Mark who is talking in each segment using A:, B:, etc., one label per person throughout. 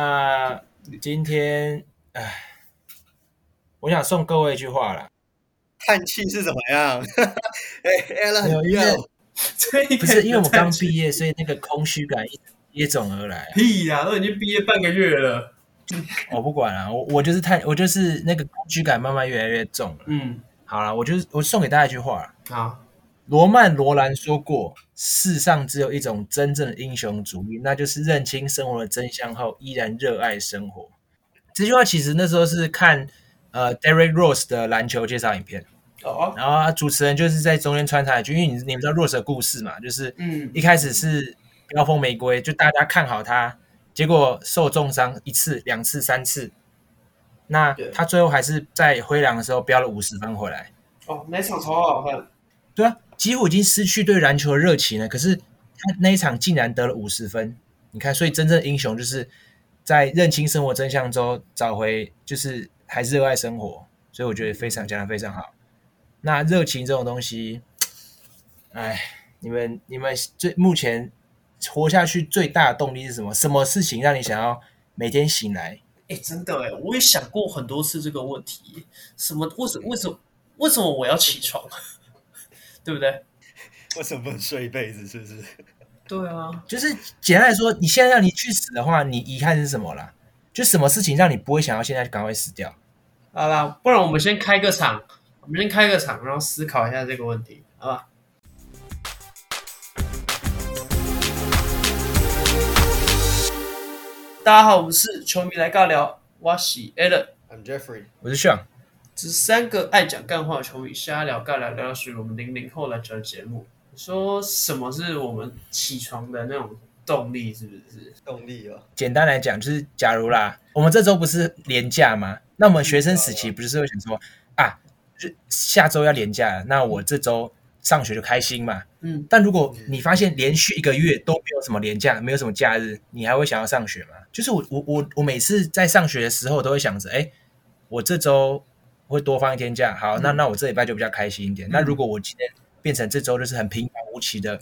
A: 那今天，唉，我想送各位一句话啦，
B: 叹气是怎么样？ 哎
A: 没有
B: ，Alan，
A: 因为
B: 要
C: 这一
A: 不 是因为我刚
C: 业
A: 毕业，所以那个空虚感一接踵而 来啊。
C: 屁呀、都已经毕业半个月了。
A: 我不管了、我我就是太，我就是那个空虚感慢慢越来越重了。
C: 嗯，
A: 好了，我就是我送给大家一句话啦
C: 好，
A: 罗曼·罗兰说过：“世上只有一种真正的英雄主义，那就是认清生活的真相后，依然热爱生活。”这句话其实那时候是看呃 Derek Rose 的篮球介绍影片，
B: 啊
C: 哦，
A: 然后啊主持人就是在中间穿插一句，因为你你们知道 Rose 的故事嘛，就是
C: 嗯
A: 一开始是飙风玫瑰，就大家看好他，结果受重伤一次、两次、三次，那
C: 对
A: 他最后还是在灰狼的时候飙了五十分回来。
C: 哦，那场超好看，
A: 对啊，几乎已经失去对篮球的热情了。可是他那一场竟然得了五十分，你看，所以真正的英雄就是在认清生活真相之后，找回就是还是热爱生活。所以我觉得非常讲的非常好。那热情这种东西，哎，你们你们最目前活下去最大的动力是什么？什么事情让你想要每天醒来？
C: 哎，真的哎，我也想过很多次这个问题，什么为什为什么为什么我要起床， 对不对？
B: 为什么不能睡一辈子？是不是？
C: 对啊，
A: 就是简单来说，你现在让你去死的话，你遗憾是什么啦？就什么事情让你不会想要现在就赶快死掉？
C: 好啦，不然我们先开个场，我们先开个场，然后思考一下这个问题，好吧？大家好，我们是球迷来尬聊，我是 Allen。
B: I'm Jeffrey。
A: 我是 Sean，
C: 只是三个爱讲干话的球迷瞎聊尬聊，聊到属于我们零零后篮球的节目。你说什么是我们起床的那种动力？是不是？
B: 动力
C: 啊
B: 哦，
A: 简单来讲就是，假如啦，我们这周不是廉假吗？那我们学生时期不是会想说啊，就下周要廉假了，那我这周上学就开心嘛。
C: 嗯，
A: 但如果你发现连续一个月都没有什么廉假，没有什么假日，你还会想要上学吗？就是我我我我每次在上学的时候都会想着，哎，我这周会多放一天假，好，那那我这礼拜就比较开心一点。那如果我今天变成这周就是很平凡无奇的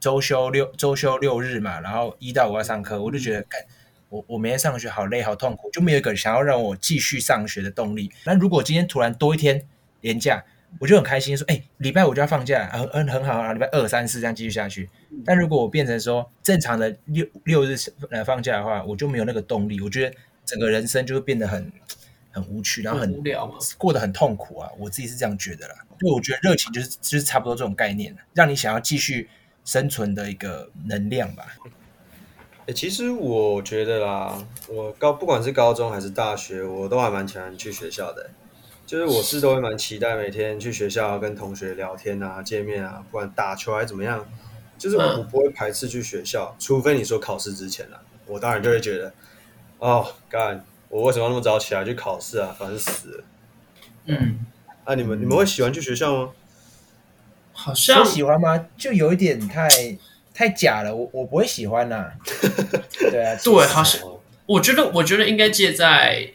A: 周休六周休六日嘛，然后一到五要上课，我就觉得，干我我每天上学好累好痛苦，就没有一个想要让我继续上学的动力。那如果今天突然多一天年假，我就很开心，说，哎、礼拜五就要放假，很很很好啊，礼拜二、三、四这样继续下去。但如果我变成说正常的六六日呃放假的话，我就没有那个动力，我觉得整个人生就会变得很很无趣，然后
C: 很
A: 很
C: 无聊嘛。
A: 过得很痛苦啊，我自己是这样觉得啦。对，我觉得热情就是就是差不多这种概念，让你想要继续生存的一个能量吧。
B: 欸，其实我觉得啦，我高不管是高中还是大学，我都还蛮喜欢去学校的欸、就是我是都会蛮期待每天去学校跟同学聊天啊、见面啊，不管打球还是怎么样，就是我
C: 嗯
B: 我不会排斥去学校，除非你说考试之前啦，我当然就会觉得，哦，干，我为什么要那么早起来去考试啊？烦死了！
C: 嗯，
B: 啊，你们你们会喜欢去学校吗？
C: 好
A: 说
C: 像
A: 喜欢吗？就有一点太太假了，我我不会喜欢 呐、对 啊，
C: 对，好像我觉得，我觉得应该介在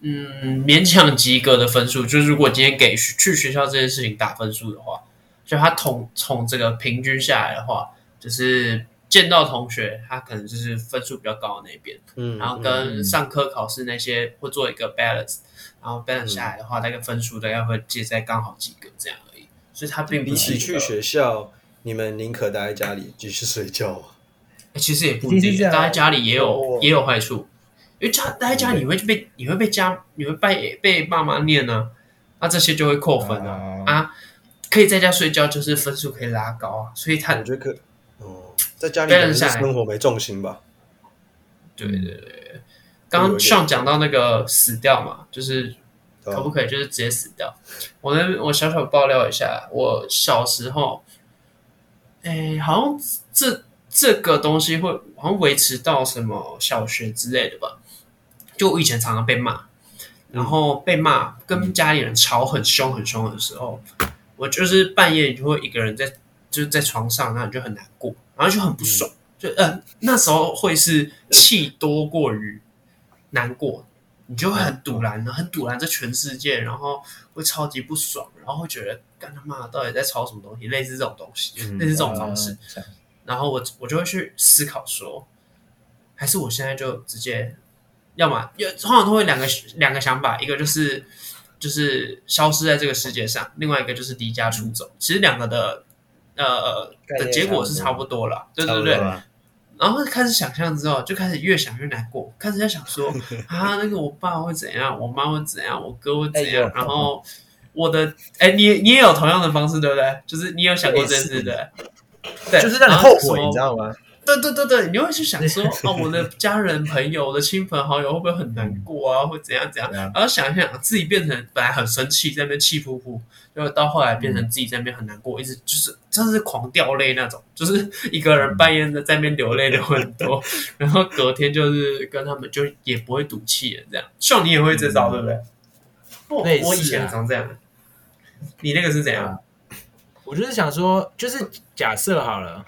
C: 嗯勉强及格的分数。就是如果今天给学去学校这件事情打分数的话，就他统从这个平均下来的话，就是见到同学，他可能就是分数比较高的那一边。
B: 嗯，
C: 然后
B: 嗯
C: 跟上课考试那些会做一个 balance，然后
B: 嗯
C: balance 下来的话，大概分数大概会介在刚好及格这样而已，所以它并
B: 比
C: 不是
B: 起
C: 一
B: 去
C: 个
B: 学校，你们宁可待在家里继续睡觉吗？
C: 欸其实也不一
A: 其实
C: 定，
A: 是啊这样
C: 待在家里也有
A: 我
C: 也有坏处，因为家待在家里你会被你会被家你会被被爸妈念呢、啊，那这些就会扣分啊
A: 啊
C: 啊，可以在家睡觉就是分数可以拉高啊，所以他
B: 我觉得可，哦，在家里可能
C: Balance
B: 是
C: 下来
B: 生活没重心吧。
C: 对对对对，刚刚上讲到那个死掉嘛，就是
B: 对吧
C: 可不可以就是直接死掉？我那我小小爆料一下，我小时候，哎，好像这这个东西会好像维持到什么小学之类的吧。就我以前常常被骂，然后被骂跟家里人吵很凶很凶的时候，我就是半夜就会一个人在就是在床上，然后你就很难过，然后就很不爽，就呃那时候会是气多过于难过，你就会很堵然，很堵然这全世界，然后会超级不爽，然后会觉得干他妈的到底在吵什么东西，类似这种东西，
B: 嗯
C: 类似这种方式。
A: 嗯
C: 然后我我就会去思考说，还是我现在就直接，要么有通常都会两个两个想法，一个就是就是消失在这个世界上，另外一个就是离家出走。其实两个的呃
A: 概念
C: 的结果是差不多了，对
B: 差
C: 对
B: 不
C: 对
B: 多。吧。
C: 然后开始想象之后，就开始越想越难过，开始在想 说啊，那个我爸会怎样，我妈会怎样，我哥会怎样，
A: 哎有
C: 然后我的哎，你你也有同样的方式对不对？就是你有想过这件事对不对？对，
A: 就是让你
C: 然
A: 后
C: 后
A: 悔，
C: 什
A: 你
C: 么
A: 知道吗？
C: 对对对对，你就会去想说，哦，我的家人、朋友、我的亲朋好友会不会很难过啊，或怎样怎样？
A: 对啊
C: 然后想一想，自己变成本来很生气，在那边气呼呼，就到后来变成自己在那边很难过，一直就是真是狂掉泪那种，就是一个人半夜在在那边流泪流很多，然后隔天就是跟他们就也不会赌气了，这样。像你也会这招，对不对？
A: 类似
C: 我
A: 啊
C: 我以前常这样，你那个是怎样？
A: 我就是想说，就是假设好了，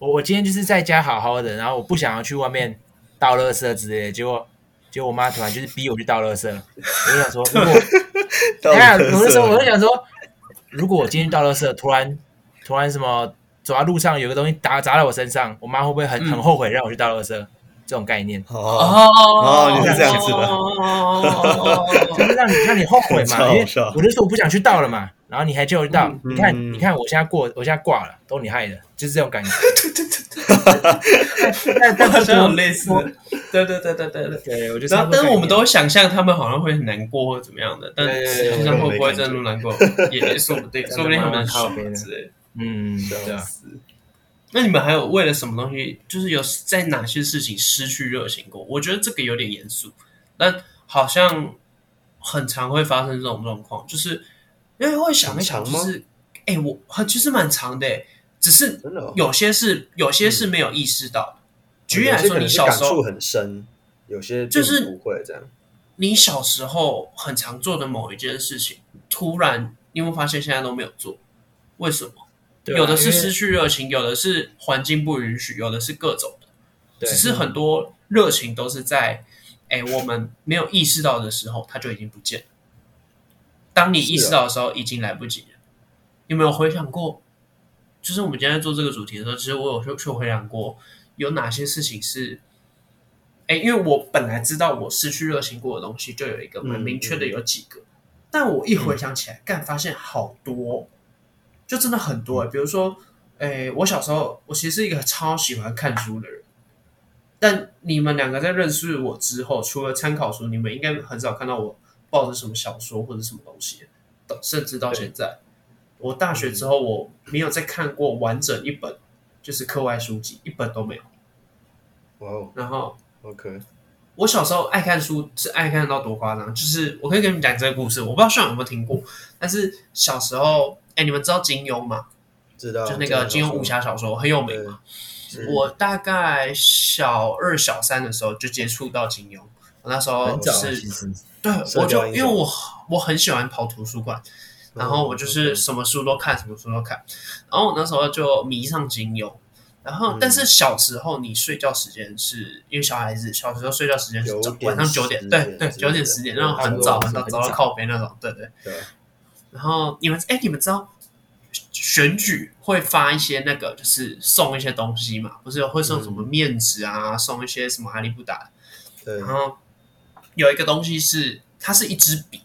A: 我我今天就是在家好好的，然后我不想要去外面倒垃圾之类的，结果结果我妈突然就是逼我去倒垃圾，我就想说，如果
B: 到
A: 哎呀，
B: 底
A: 有的时候我就
B: 想，
A: 想说，如果我今天到垃圾，突然突然什么走在路上有个东西打砸在我身上，我妈会不会很、
C: 嗯
A: 很后悔让我去倒垃圾？这种概念
B: 哦，
C: 哦
B: 哦你是这样子的
C: 的
A: 就是让你让你后悔嘛，
B: 超
A: 因为
B: 爽
A: 我就说我不想去倒了嘛，然后你还叫我去倒，你看
B: 嗯
A: 你看我现在过我现在挂了，都你害的，就是这种 感觉。但但
C: 好
A: 但
C: 像有
A: 是
C: 类似的， 对对对对对对。
A: 对，我就
C: 然后，但是我们都会想象他们好像会很难过或怎么样的，但
A: 对对
C: 实际上
B: 对
C: 会不会
B: 对
C: 真的难过， 也也说不定，
A: 真的
C: 说不定他们很
A: 蛮靠
C: 爽
A: 北的
C: 之类的。
A: 嗯，对啊，
C: 那你们还有为了什么东西，就是有在哪些事情失去热情过？我觉得这个有点严肃，但好像很常会发生这种状况，就是因为会想一想，
B: 很
C: 就
B: 长吗
C: 是哎、我很其实蛮长的、只是
B: 真的哦
C: 有些是有些是没有意识到的。举例
B: 有
C: 来
B: 些
C: 说，
B: 可能
C: 你
B: 是
C: 小时
B: 感触
C: 候
B: 很深，有些
C: 就是
B: 并不会这样。
C: 你小时候很常做的某一件事情，突然你有没有发现现在都没有做？为什么？
A: 对啊
C: 有的是
A: 因为
C: 失去热情，有的是环境不允许，有的是各种的。
A: 对
C: 只是很多热情都是在哎、我们没有意识到的时候，它就已经不见了。当你
A: 啊
C: 意识到的时候，已经来不及了。你有没有回想过？就是我们今天在做这个主题的时候，其实我有去去回想过，有哪些事情是，哎、因为我本来知道我失去热情过的东西，就有一个蛮明确的，有几个。但我一回想起来，干、发现好多哦、就真的很多、欸。比如说，诶、我小时候我其实是一个超喜欢看书的人，但你们两个在认识我之后，除了参考书，你们应该很少看到我抱着什么小说或者什么东西，到甚至到现在，我大学之后我没有再看过完整一本就是课外书籍，一本都没有。
B: 哇哦
C: 然后
B: ，OK，
C: 我小时候爱看书是爱看到多夸张，就是我可以跟你们讲这个故事，我不知道上有没有听过，但是小时候，哎、你们知道金庸吗？
B: 知道。
C: 就那个金庸武侠小说很有名嘛。嗯我大概小二小三的时候就接触到金庸，我那时候
A: 很早啊其
C: 是
A: 实
C: 对
B: 社交
C: 我就
B: 英
C: 因
B: 雄
C: 为我我很喜欢跑图书馆，然后我
A: 哦
C: 就是什么书都看，什么书都看，然后我那时候就迷上金庸。然后
B: 嗯，
C: 但是小时候你睡觉时间是因为小孩子小时候睡觉时间是早
B: 9点
C: 晚上九点，
B: 10
C: 对
B: 点
C: 对，
B: 之类
C: 九点
B: 的
C: 十点那种
A: 差不
C: 很
A: 多
C: 早
A: 是
C: 很早
A: 很
C: 早到
A: 早
C: 靠背那种，对对。
B: 对
C: 然后你们哎，你们知道选举会发一些那个就是送一些东西嘛？不是会送什么
A: 嗯
C: 面纸啊，送一些什么哈利布达。
B: 对
C: 然，后有一个东西是它是一支笔，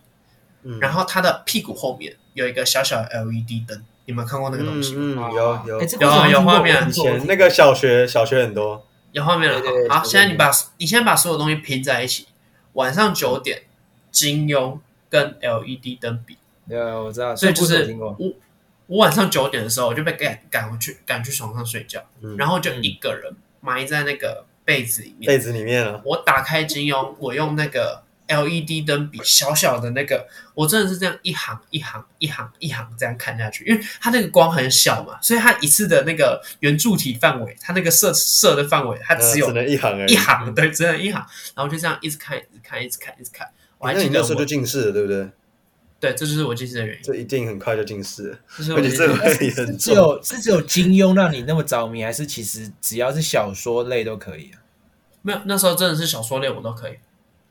B: 嗯
C: 然后它的屁股后面有一个小小的 LED 灯，你们看过那个东西吗？
B: 嗯嗯
A: 啊
B: 有有
A: 哎这个我好像
C: 有有
A: 听过
C: 画面
B: 以前那个小学小学很多，
C: 有画面了
A: 对对对
C: 哈。好，
A: 对对
C: 现在你把你现在把所有东西拼在一起，晚上九点，金庸跟 LED 灯比。
A: 对啊，我知道，
C: 所以就
A: 这个故事我
C: 是
A: 听过
C: 我我晚上九点的时候，我就被赶赶回去，赶去床上睡觉，
B: 嗯
C: 然后就一个人埋在那个被子里面。
B: 被子里面啊，
C: 我打开金庸，我用那个 LED 灯笔小小的那个，我真的是这样一行一行一行一行这样看下去，因为它那个光很小嘛，所以它一次的那个圆柱体范围，它那个射射的范围，它
B: 呃
C: 只有
B: 能一行而已
C: 一。行，对，只有一行，然后就这样一直看，一直看，一直看，一直看。我还
B: 那
C: 记
B: 你
C: 得
B: 那
C: 我
B: 时候就近视了，对不对？
C: 对，这就是我近视的原因，
B: 这一定很快就近视了，
C: 这是我
B: 而且
C: 近视
B: 这
C: 的原因。
B: 会
A: 是
B: 很
A: 只
B: 重。
A: 有是只有金庸让你那么着迷，还是其实只要是小说类都可以啊？
C: 没有，那时候真的是小说类我都可以，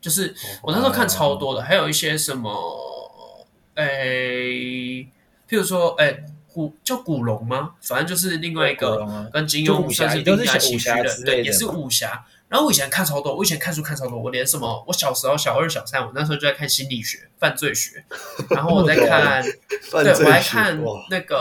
C: 就是
A: 哦
C: 我那时候看超多的，还有一些什么，诶、譬如说，诶、古叫古龙吗？反正就是另外一
A: 古
C: 个
A: 龙啊
C: 跟金
A: 就
C: 庸
A: 武侠
C: 算是
A: 也都
C: 并
A: 是
C: 驾
A: 写
C: 齐
A: 武
C: 驱
A: 侠
C: 的
A: 之，类
C: 对，
A: 的
C: 也是
A: 嘛
C: 武侠。然后我以前看超多，我以前看书看超多，我连什么，我小时候小二小三，我那时候就在看心理学、犯罪学，然后我在看，
B: 犯
C: 对
B: 罪
C: 我还
B: 学
C: 看
B: 哇，
C: 那个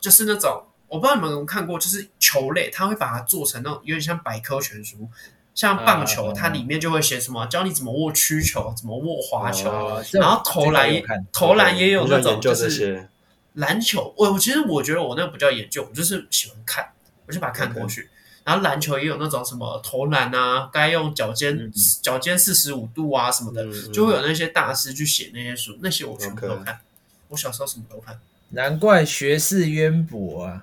C: 就是那种我不知道你们有没有看过，就是球类，它会把它做成那种有点像百科全书。像棒
A: 啊啊
C: 球，
A: 啊
C: 它里面就会写什么，教你怎么握曲球，怎么握滑球，
A: 哦
C: 然后投
A: 这
C: 篮
A: 个我有看
C: 投篮也有
B: 我
C: 那
B: 想
C: 种
B: 研究
C: 就
B: 这
C: 是
B: 些，
C: 篮球，我我其实我觉得我那个不叫研究，我就是喜欢看，我就把它看过去。然后篮球也有那种什么投篮啊，该用脚尖、
A: 嗯
C: 脚尖四十五度啊什么的，
B: 嗯
C: 就会有那些大师去写那些书，那些我全部都看。我小时候什么都看。
A: 难怪学识渊博啊。
B: 嗯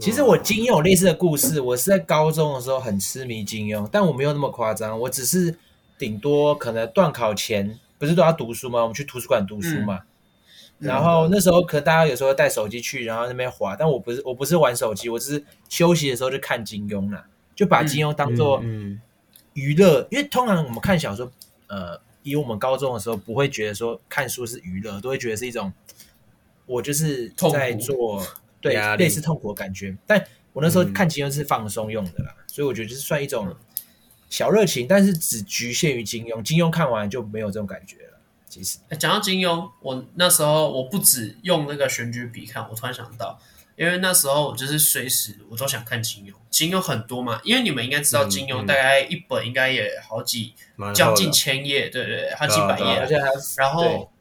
A: 其实我金庸有类似的故事，我是在高中的时候很痴迷金庸，但我没有那么夸张，我只是顶多可能段考前不是都要读书吗？我们去图书馆读书嘛。
C: 嗯
A: 然后那时候可能大家有时候带手机去，然后那边滑，但我不是我不是玩手机，我只是休息的时候就看金庸啦，就把金庸当做
B: 嗯
A: 娱乐，因为通常我们看小说，呃，以我们高中的时候不会觉得说看书是娱乐，都会觉得是一种我就是在做对
B: 压力
A: 类似痛苦的感觉。但我那时候看金庸是放松用的啦，所以我觉得就是算一种小热情，但是只局限于金庸。金庸看完就没有这种感觉了。其实
C: 诶哎讲到金庸，我那时候我不止用那个选举笔看，我突然想到，因为那时候我就是随时我都想看金庸，金庸很多嘛，因为你们应该知道
B: 嗯
C: 金庸
B: 嗯
C: 大概一本应该也好几
B: 嗯，
C: 将近千页，对对对，它几百
B: 对啊
C: 页
A: 而
B: 对，
A: 且还有
C: 然
A: 对
C: 后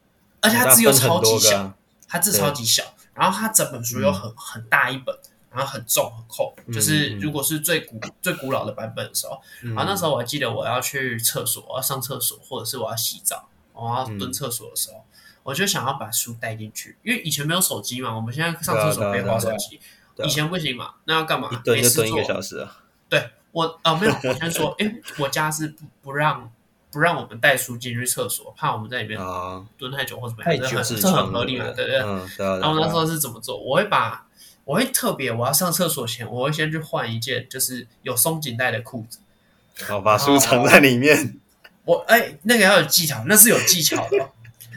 C: 而且它字又超级小，
B: 小，
C: 它字超级小，然后它整本书又很很大一本，然后很重很厚，就是
B: 嗯嗯嗯嗯
C: 如果是最古最古老的版本的时候，
B: 然
C: 然后那时候我还记得我要去厕所，我要上厕所，或者是我要洗澡，我
B: 嗯
C: 要蹲厕所的时候，我就想要把书带进去，因为以前没有手机嘛，我们现在上厕所可
B: 对
C: 以
B: 啊对啊
C: 划手机，
B: 对啊
C: 以前不行嘛，那要干嘛
B: 一？
C: 没
B: 蹲就
C: 事
B: 蹲一
C: 做
B: 个，小时啊，
C: 对我啊、呃、没有，我先说，哎，我家是不不让不让我们带书进去厕所，怕我们在里面
B: 啊，
C: 蹲太久或怎么样，
A: 太
C: 这
A: 久
C: 很
B: 痔
C: 这
B: 疮
C: 很合理嘛，
B: 的
C: 对不对？
B: 嗯，对啊，对啊
C: 然后那时候是怎么做？我会把，我会特别，我要上厕所前，我会先去换一件就是有松紧带的裤子。
B: 啊好把书藏在里 面，
C: 我哎、那个要有技巧，那是有技巧的哦。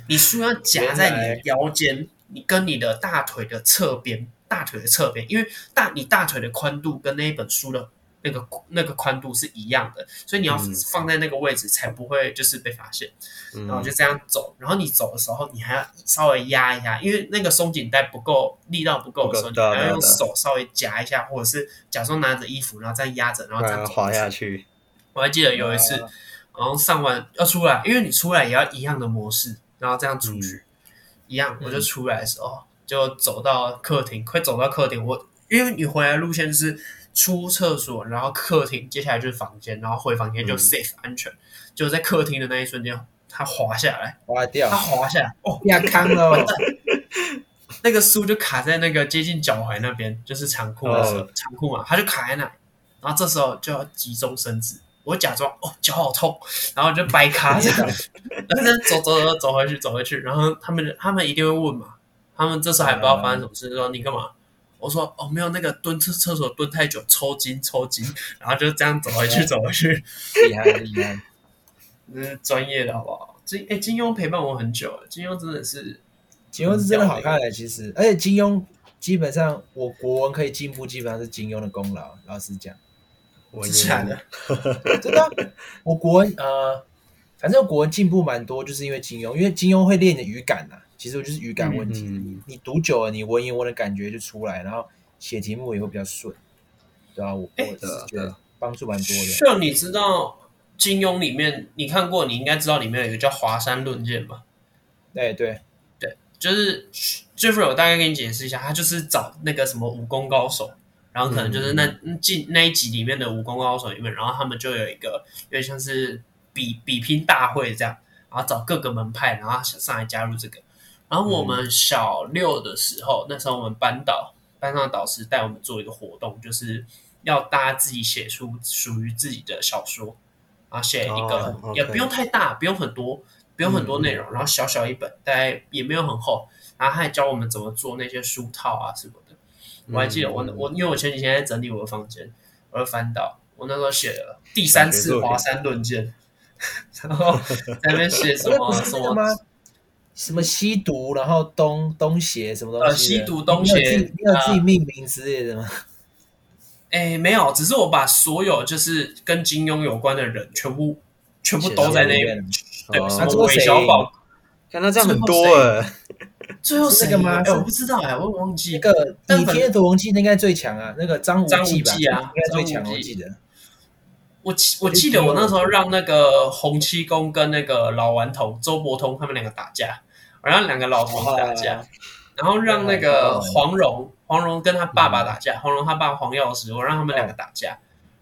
C: 你书要夹在你的腰间，你跟你的大腿的侧边，大腿的侧边，因为大你大腿的宽度跟那一本书的那个那个宽度是一样的，所以你要
B: 嗯
C: 放在那个位置才不会就是被发现。
B: 嗯
C: 然后就这样走，然后你走的时候，你还要稍微压一下，因为那个松紧带不够力道不够的时候，
B: 不
C: 你
B: 够对啊
C: 还要用
B: 对啊对啊
C: 手稍微夹一下，或者是假装拿着衣服，然后再压着，
B: 不
C: 然后这样
B: 然
C: 走
B: 滑
C: 去
B: 下嗯去，
C: 我还记得有一次，
A: 啊
C: 然后上完要出来，因为你出来也要一样的模式，然后这样出
B: 嗯
C: 去，一样。我就出来的时候，就走到客厅，快走到客厅。我因为你回来路线是出厕所，然后客厅，接下来就是房间，然后回房间就
B: 嗯
C: safe、安全。就在客厅的那一瞬间，它滑下来，
A: 花掉
C: 它滑下来，哦，
A: 亚康喽，
C: 那个书就卡在那个接近脚踝那边，就是长裤的时候，
B: 哦
C: 长裤嘛，它就卡在那里。然后这时候就要急中生智，我假装哦脚好痛，然后就掰卡这样， 然后走走走走回去走回去。然后他们就他们一定会问嘛，他们这时候还不知道发生什么事，就说你干嘛？我说哦没有，那个蹲厕厕所蹲太久，抽筋抽筋。然后就这样走回去走回去，
A: 厉害厉害。
C: 这是专业的好不好？金哎金庸陪伴我很久了，金庸真的是欸
A: 金庸是真的好看的，其实，而且金庸基本上我国文可以进步，基本上是金庸的功劳。老实讲，
B: 我
C: 真假的，
A: 真的啊、 我国文呃，反正国文进步蛮多，就是因为金庸，因为金庸会练你的语感呐、其实我就是语感问题，
B: 嗯，
A: 你读久了，你文言文的感觉就出来，然后写题目也会比较顺，对吧、我我
C: 哎
A: 是觉得帮助蛮多的。
C: 像啊你知道金庸里面，你看过，你应该知道里面有一个叫华山论剑吧？
A: 哎，对，
C: 就是 Jeffrey，我大概跟你解释一下，他就是找那个什么武功高手，然后可能就是那嗯进那一集里面的武功高手里面，然后他们就有一个有点像是比比拼大会这样，然后找各个门派，然后上来加入这个。然后我们小六的时候，那时候我们班导班上的导师带我们做一个活动，就是要大家自己写出属于自己的小说，然后写一个
B: 哦，OK
C: 也不用太大，不用很多，不用很多内容，然后小小一本，大概也没有很厚，然后他还教我们怎么做那些书套啊什么的。我还记得我、
B: 嗯
C: 我因为我前几天在整理我的房间，我就翻到我那时候写了第三次华山论剑， 然后在那边写什
A: 那不
C: 么
A: 是
C: 什
A: 那个
C: 么
A: 吗？什么西毒，然后东东邪什么东西的？
C: 呃西毒东邪
A: 你有自己你有自己命名之类的吗？
C: 哎，没有，只是我把所有就是跟金庸有关的人全部全部都 在那
A: 里
C: 边，
A: 面。
C: 对，
B: 哦
C: 什
A: 那最
C: 么
A: 后
C: 韦
A: 谁
C: 小
A: 赢
C: 宝，
B: 看他这样很多
C: 最后
B: 哎、
C: 最后
A: 是
C: 谁
A: 那个吗
C: 赢
A: 是
C: 哎，我不知道哎，我忘记
A: 那个
C: 但
A: 倚
C: 反
A: 天屠龙记应该最强啊，那个张无
C: 张无
A: 忌吧，
C: 忌啊
A: 应该最强，
C: 张无忌
A: 我记得。
C: 我记我记得我那时候让那个洪七公跟那个老顽童周伯通他们两个打架，我让两个老头打架，然后让那个黄蓉黄蓉跟他爸爸打架，黄蓉他爸黄药师，我让他们两个打架。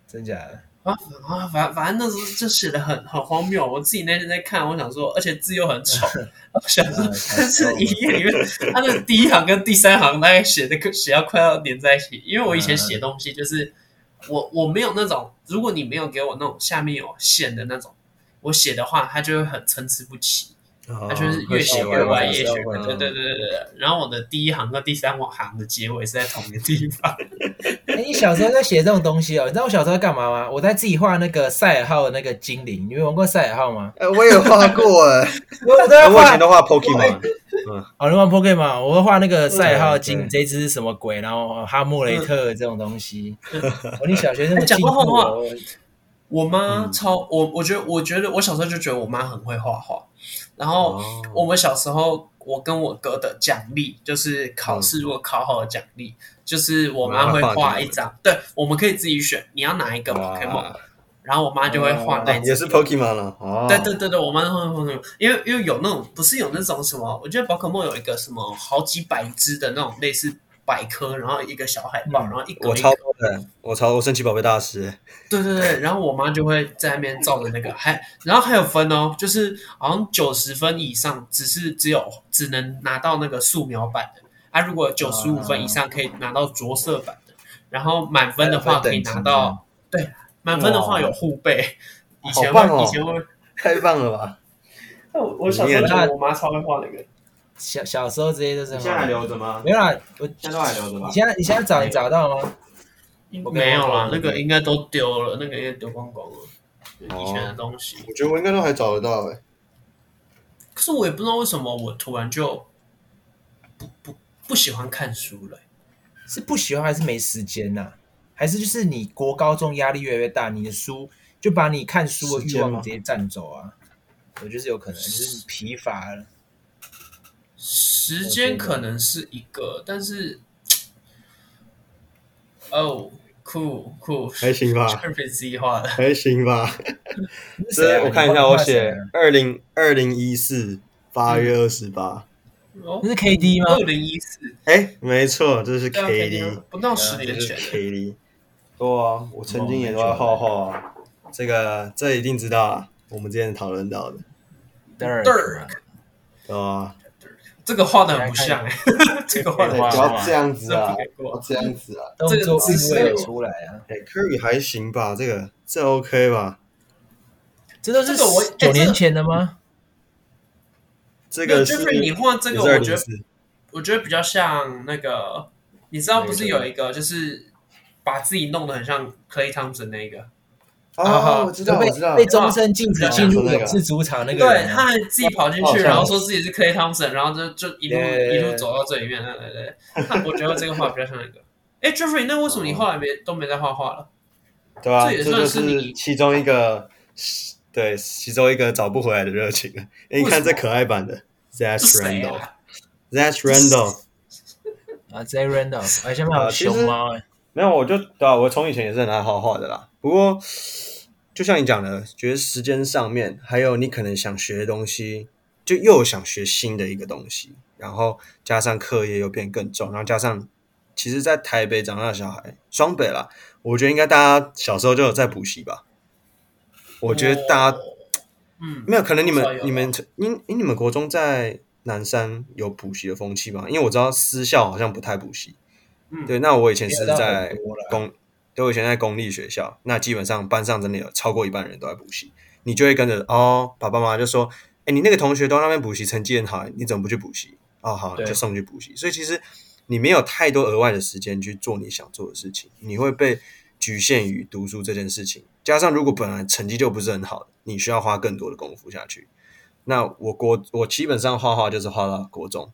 A: 真假的？
C: 啊啊，反反正那时候就写的很很荒谬。我自己那天在看，我想说，而且字又很丑， 我想
A: 呃
C: 说， 但 是一页里面，它的第一行跟第三行大概写的写要快要连在一起。因为我以前写东西就是，我我没有那种，如果你没有给我那种下面有线的那种，我写的话，它就会很参差不齐，
B: 哦
C: 它就是嗯越哦写越歪，
B: 也
C: 也
B: 许
C: 许歪。对对对对对。然后我的第一行跟第三行的结尾是在同一个地方。
A: 哎，你小时候在写这种东西哦？你知道我小时候干嘛吗？我在自己画那个赛尔号的那个精灵，你们玩过赛尔号吗？
B: 哎、我也画过 哎、
A: 我都要
B: 我以前
A: 画，
B: 都画 Pokemon，
A: 哦，你玩 Pokemon，我会画那个赛尔号的精灵，
B: 嗯
A: 这只是什么鬼？然后哈姆雷特这种东 西。我你小学那么
C: 哎讲
A: 进步
C: 到画画
A: 哦，
C: 我妈
B: 嗯
C: 超我，我觉得，我觉得我小时候就觉得我妈很会画画。然后
B: 哦
C: 我们小时候，我跟我哥的奖励就是考
B: 嗯
C: 试，如果考好的奖励，就是我妈会画一张，对，我们可以自己选你要哪一个 Pokemon，然后我妈就会画那
B: 啊
C: 一
B: 也
C: 只
B: 是 Pokemon 了、哦，
C: 对对对对，我妈会画 Pokemon，因为因为有那种不是有那种什么，我记得宝可梦有一个什么好几百只的那种类似百科，然后一个小海报，
A: 嗯
C: 然后一格
B: 我
C: 一
B: 超
C: 格
B: 多的，我超我神奇宝贝大师，
C: 对对对，然后我妈就会在那边照着那个，还然后还有分哦，就是好像九十分以上，只是只有只能拿到那个素描版的，啊，如果九十五分以上可以拿到着色版的，然后满分的话可以拿
A: 啊
C: 到，对，满分的话有护背，以前
B: 好棒
C: 会
B: 哦
C: 以前 会，
B: 太棒了吧！
C: 我我小时候
B: 你也
C: 觉得我妈超会画那个，
A: 小小时候这些都是
B: 你
A: 画。
B: 留着吗？
A: 没有啦，我你
B: 现在都还留着吧
A: 现在你现在找你找到吗？
C: 没有啦，那个应该都丢了，那个应该丢光光了，以前
B: 哦
C: 的东西。
B: 我觉得我应该都还找得到哎、
C: 可是我也不知道为什么我突然就不不不喜欢看书了欸、
A: 是不喜欢还是没时间呐、还是就是你国高中压力越来越大，你的书就把你看书的欲
B: 时间吗
A: 望直接占走啊？我觉得是有可能，就是疲乏了。
C: 时间可能是一个，但是哦，酷酷，
B: 还行吧
C: 二被自己画的，
B: 还行吧。
A: 是谁啊
B: 这我看一
A: 你
B: 下，
A: 画
B: 我
A: 画谁
B: 写
A: 啊
B: 二零二零一四八月二十八，
C: 哦
A: 那，是 K D
C: 二
A: 吗？
C: 零一四，
B: 哎，没错，这是
C: 对啊
B: K
C: KD
B: D，
C: 不到十
B: 这
C: 年
B: 是
C: 前，
B: K D。对啊，我曾经也都在画画啊，这个这一定知道啊，我们之前讨论到的，
A: 对啊
C: 对
B: 对吧？
C: 这个画的很不像
B: 啊
C: 哎、 这个画的
B: 哎
C: 不
B: 不
A: 哇
C: 像，
B: 要这样子啊，
C: 这不给
B: 不
C: 过
B: 要这样子啊。
A: 动
C: 这个
A: 作
C: 姿
A: 韵
C: 势
A: 味也出来啊！
B: 哎，Curry 还行吧，这个这 OK 吧？
A: 这都是
C: 这个我哎
A: 九
C: 这
A: 年
C: 个
A: 前的吗？
B: 这
C: 没有
B: 个是
C: Jeffrey，你画这
B: 也
C: 个，
B: 是二
C: 我
B: 零
C: 觉
B: 一
C: 得
B: 四，
C: 我觉得比较像那个，你知道不是有一个就是把自己弄得很像 Clay Thompson 那一个，啊
B: 哦，我知道，
A: 啊被
B: 我知道
A: 被，终身禁止
C: 我知道
A: 进入
B: 我知道
A: 勇士主场那个
C: 对
A: 人，啊
C: 他还自己跑进
B: 好
C: 去，
B: 像
C: 然后说自己是 Clay Thompson，然后就就一路
A: Yeah
C: 一路走到最里面。对对对，那我觉得这个画比较像那个。哎，Jeffrey，那为什么
B: 哦
C: 你后来没都没在画画了？
B: 对吧？
C: 这也
B: 这
C: 算
B: 就是
C: 你
B: 是其中一个，对，其中一个找不回来的热情了。哎你看
C: 为什
B: 这
C: 么
B: 可爱版的 Zach
C: 是谁
B: 哦
C: 啊？
B: Randall，Zach Randall，
A: 啊，J Randall，哎，下面还有
B: 啊其实
A: 熊猫哎，
B: 没有，我就对啊，我从以前也是很爱画画的啦。不过就像你讲的，觉得时间上面，还有你可能想学的东西，就又想学新的一个东西，然后加上课业又变更重，然后加上其实，在台北长大的小孩，双北啦，我觉得应该大家小时候就有在补习吧。我觉得大家、
C: 哦，嗯，
B: 没有，可能你
C: 多少有
B: 们
C: 吧
B: 你们因因你们国中在南山有补习的风气吗？因为我知道私校好像不太补习。
C: 嗯
B: 对，那我以前
A: 没
B: 是
A: 有到
B: 在
A: 很多啦
B: 公，对我以前在公立学校，那基本上班上真的有超过一半人都在补习，你就会跟着哦，爸爸妈妈就说，哎，你那个同学都在那边补习，成绩很好，你怎么不去补习？哦，好，
A: 对
B: 就送去补习。所以其实你没有太多额外的时间去做你想做的事情，你会被局限于读书这件事情。加上如果本来成绩就不是很好，你需要花更多的功夫下去。那我国我基本上画画就是画到国中，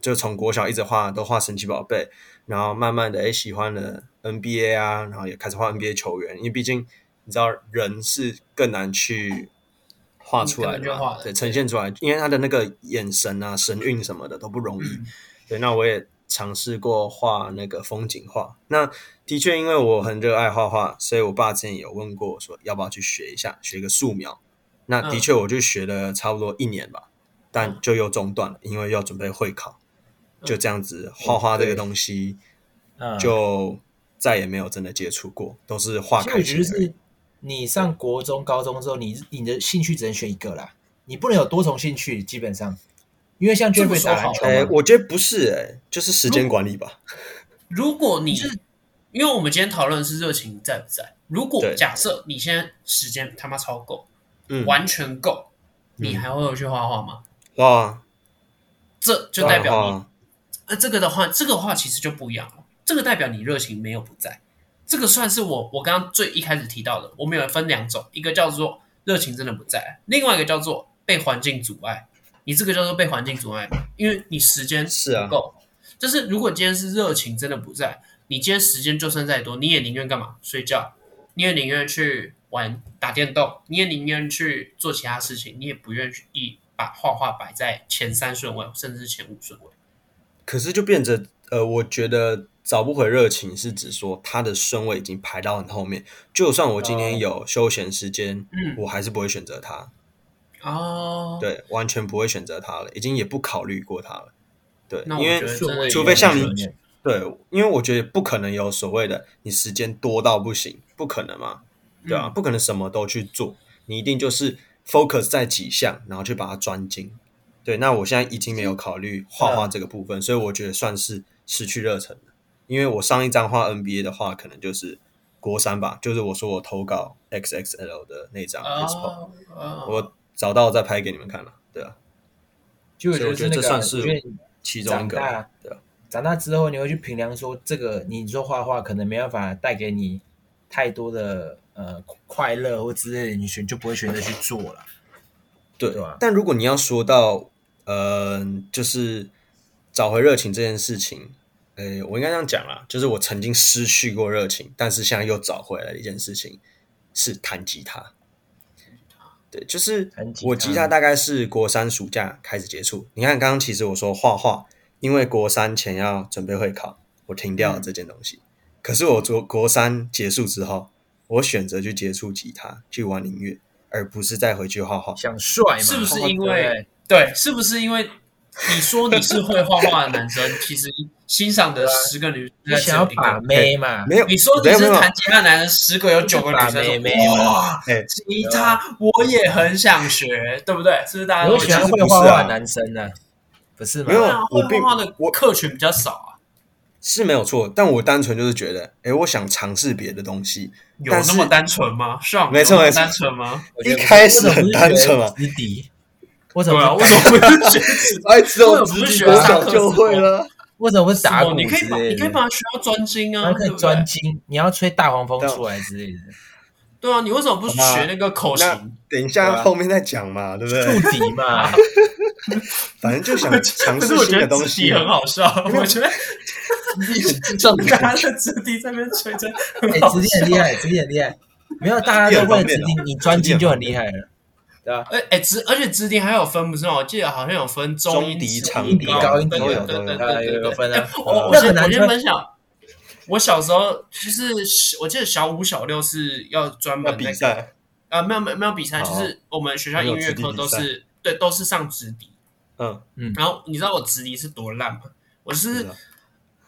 B: 就从国小一直画都画神奇宝贝，然后慢慢的哎喜欢了 NBA 啊，然后也开始画 NBA 球员，因为毕竟你知道人是更难去画出来
C: 嗯更
B: 的
C: 难去画
B: 嘛，
C: 的
B: 对，呈现出来，因为他的那个眼神啊、神韵什么的都不容易。对，那我也尝试过画那个风景画。那的确，因为我很热爱画画，所以我爸之前有问过我说要不要去学一下，学一个素描。那
A: 嗯
B: 的确，我就学了差不多一年吧，但就又中断了，因为要准备会考。就这样子，画画这个东西
A: 嗯，
B: 就再也没有真的接触过，都是画
A: 其实我
B: 开
A: 觉
B: 心
A: 得
B: 而已。
A: 是你上国中、高中之后，你你的兴趣只能选一个啦，你不能有多重兴趣，基本上，因为像
C: 这
A: j
C: 么
A: e 打篮球
C: 说
B: 哎、
A: 嘛，
B: 我觉得不是哎、就是时间管理吧。
C: 如果你因为我们今天讨论的是热情在不在，如果
B: 对
C: 假设你现在时间他妈超够，
B: 嗯，
C: 完全够，
B: 嗯
C: 你还会有去画画吗？
B: 哇，
C: 这就代表你
B: 哇
C: 呃，这个的话，这个的话其实就不一样了。这个代表你热情没有不在，这个算是我我刚刚最一开始提到的。我们有分两种，一个叫做热情真的不在，另外一个叫做被环境阻碍。你这个叫做被环境阻碍，因为你时间
B: 是啊
C: 不够。就是如果今天是热情真的不在，你今天时间就算再多，你也宁愿干嘛？睡觉，你也宁愿去玩打电动，你也宁愿去做其他事情，你也不愿意把画画摆在前三顺位，甚至前五顺位。
B: 可是就变成呃，我觉得找不回热情是指说他的顺位已经排到很后面，就算我今天有休闲时间，
C: 哦嗯
B: 我还是不会选择他，
C: 哦，
B: 对，完全不会选择他了，已经也不考虑过他了，对，
C: 那我
B: 因
C: 觉得
B: 为
A: 所以我也
B: 除非像你
A: 有这种
B: 对，因为我觉得不可能有所谓的你时间多到不行，不可能嘛，对啊，
C: 嗯
B: 不可能什么都去做，你一定就是 focus 在几项，然后去把它专精。对，那我现在已经没有考虑画画这个部分，所以我觉得算是失去热忱了。因为我上一张画 NBA 的画，可能就是国三吧，就是我说我投稿 XXL 的那张 p r i s p o
C: 哦哦，
B: 我找到再拍给你们看了。对啊，
A: 其实我觉
B: 所以我
A: 得
B: 觉
A: 是
B: 得
A: 那
B: 这
A: 个
B: 算
A: 啊，
B: 是
A: 因为你
B: 其中一
A: 长
B: 个
A: 大
B: 吧，对啊，
A: 长大之后，你会去评量说，这个你说画画可能没办法带给你太多的呃快乐或之类的，你选就不会选择去做了。
B: 对，
A: 对啊
B: 但如果你要说到，呃，就是找回热情这件事情，呃，我应该这样讲啦，就是我曾经失去过热情，但是现在又找回来的一件事情是弹吉他。对，就是
A: 弹吉他
B: 我吉他大概是国三暑假开始接触。你看，刚刚其实我说画画，因为国三前要准备会考，我停掉了
A: 嗯
B: 这件东西。可是我国国三结束之后，我选择去接触吉他，去玩音乐，而不是再回去画画。
A: 想帅嘛？
C: 是不是因
A: 对
C: 为对？是不是因为你说你是会画画的 男生，其实欣赏的十个女
A: 你
C: 生
A: 想要
C: 在
A: 把妹嘛？
B: 没有，
C: 你说你
B: 没有没
C: 是
B: 有，
C: 弹吉他的男生，十个有九个女生
A: 把妹妹
C: 说哇，
B: 哎，
C: 吉他我也很想学，对不对？是不是大家
A: 我
C: 都
A: 喜
C: 觉
A: 欢
C: 得
B: 其
A: 会
B: 实不
A: 画
B: 是啊
A: 画的男生呢、不是吗
B: 没？有
C: 会
B: 我并
C: 画画的
B: 我
C: 客群比较少啊？
B: 是没有错，但我单纯就是觉得，哎，我想尝试别的东西。
C: 有
B: 但是
C: 那么单纯吗？上
B: 没错
C: 有那么
B: 没错
C: 单纯吗？
A: 我觉得不是
B: 一开始很单纯嘛
A: 为什么不是学直笛，为什
C: 对啊，
A: 么不
C: 为
A: 是
C: 什么不是学
B: 哎，只
C: 有直觉我小就
A: 哦
C: 会
B: 了。
A: 为什么不是打鼓
C: 你可以
A: 之
C: 把
A: 类
C: 你
A: 的
C: 可以把它学到专精啊，
A: 然后可
C: 对
A: 以
C: 不
A: 专
C: 对？
A: 精，你要吹大黄蜂出来之类的，
C: 对啊，你为什么不
B: 好吧
C: 学那个口
B: 那
C: 型？
B: 等一
A: 对啊
B: 下后面再讲嘛，对不对？
A: 触笛嘛，
B: 反正就想尝
C: 可是
B: 试
C: 我
B: 新
C: 觉
B: 的
C: 得
B: 东
C: 自
B: 西
C: 己。很好笑，我觉得
B: 上
C: 大家在直笛在那边吹真的
A: 哎
C: 很
A: 直
C: 好，
A: 笛很
C: 笑。
A: 厉害，直笛很厉害，没有大家都会直
B: 直笛
A: 笛，你专精就很厉害了，对吧？
C: 而哎直而且直笛还有分不是吗？我记得好像有分中音、
B: 中笛
C: 直
B: 长
A: 音笛高音笛
C: 对
B: 都有
C: 对
B: 都有
C: 对
A: 啊
C: 对
A: 有
C: 对
A: 有
C: 对。哎
A: 分啊，
C: 我我
A: 那很
C: 先我
A: 难
C: 先
A: 吹，
C: 分享，我小时候就是小我记得小五小六是要专
B: 要
C: 门
B: 比
C: 那个
B: 赛，
C: 啊没有没有没有比赛，
B: 好
C: 就是我们学校音乐课都
B: 没有直
C: 是对都是上直笛，
B: 嗯，
C: 然后你知道我直笛是多烂吗？我是
B: 是啊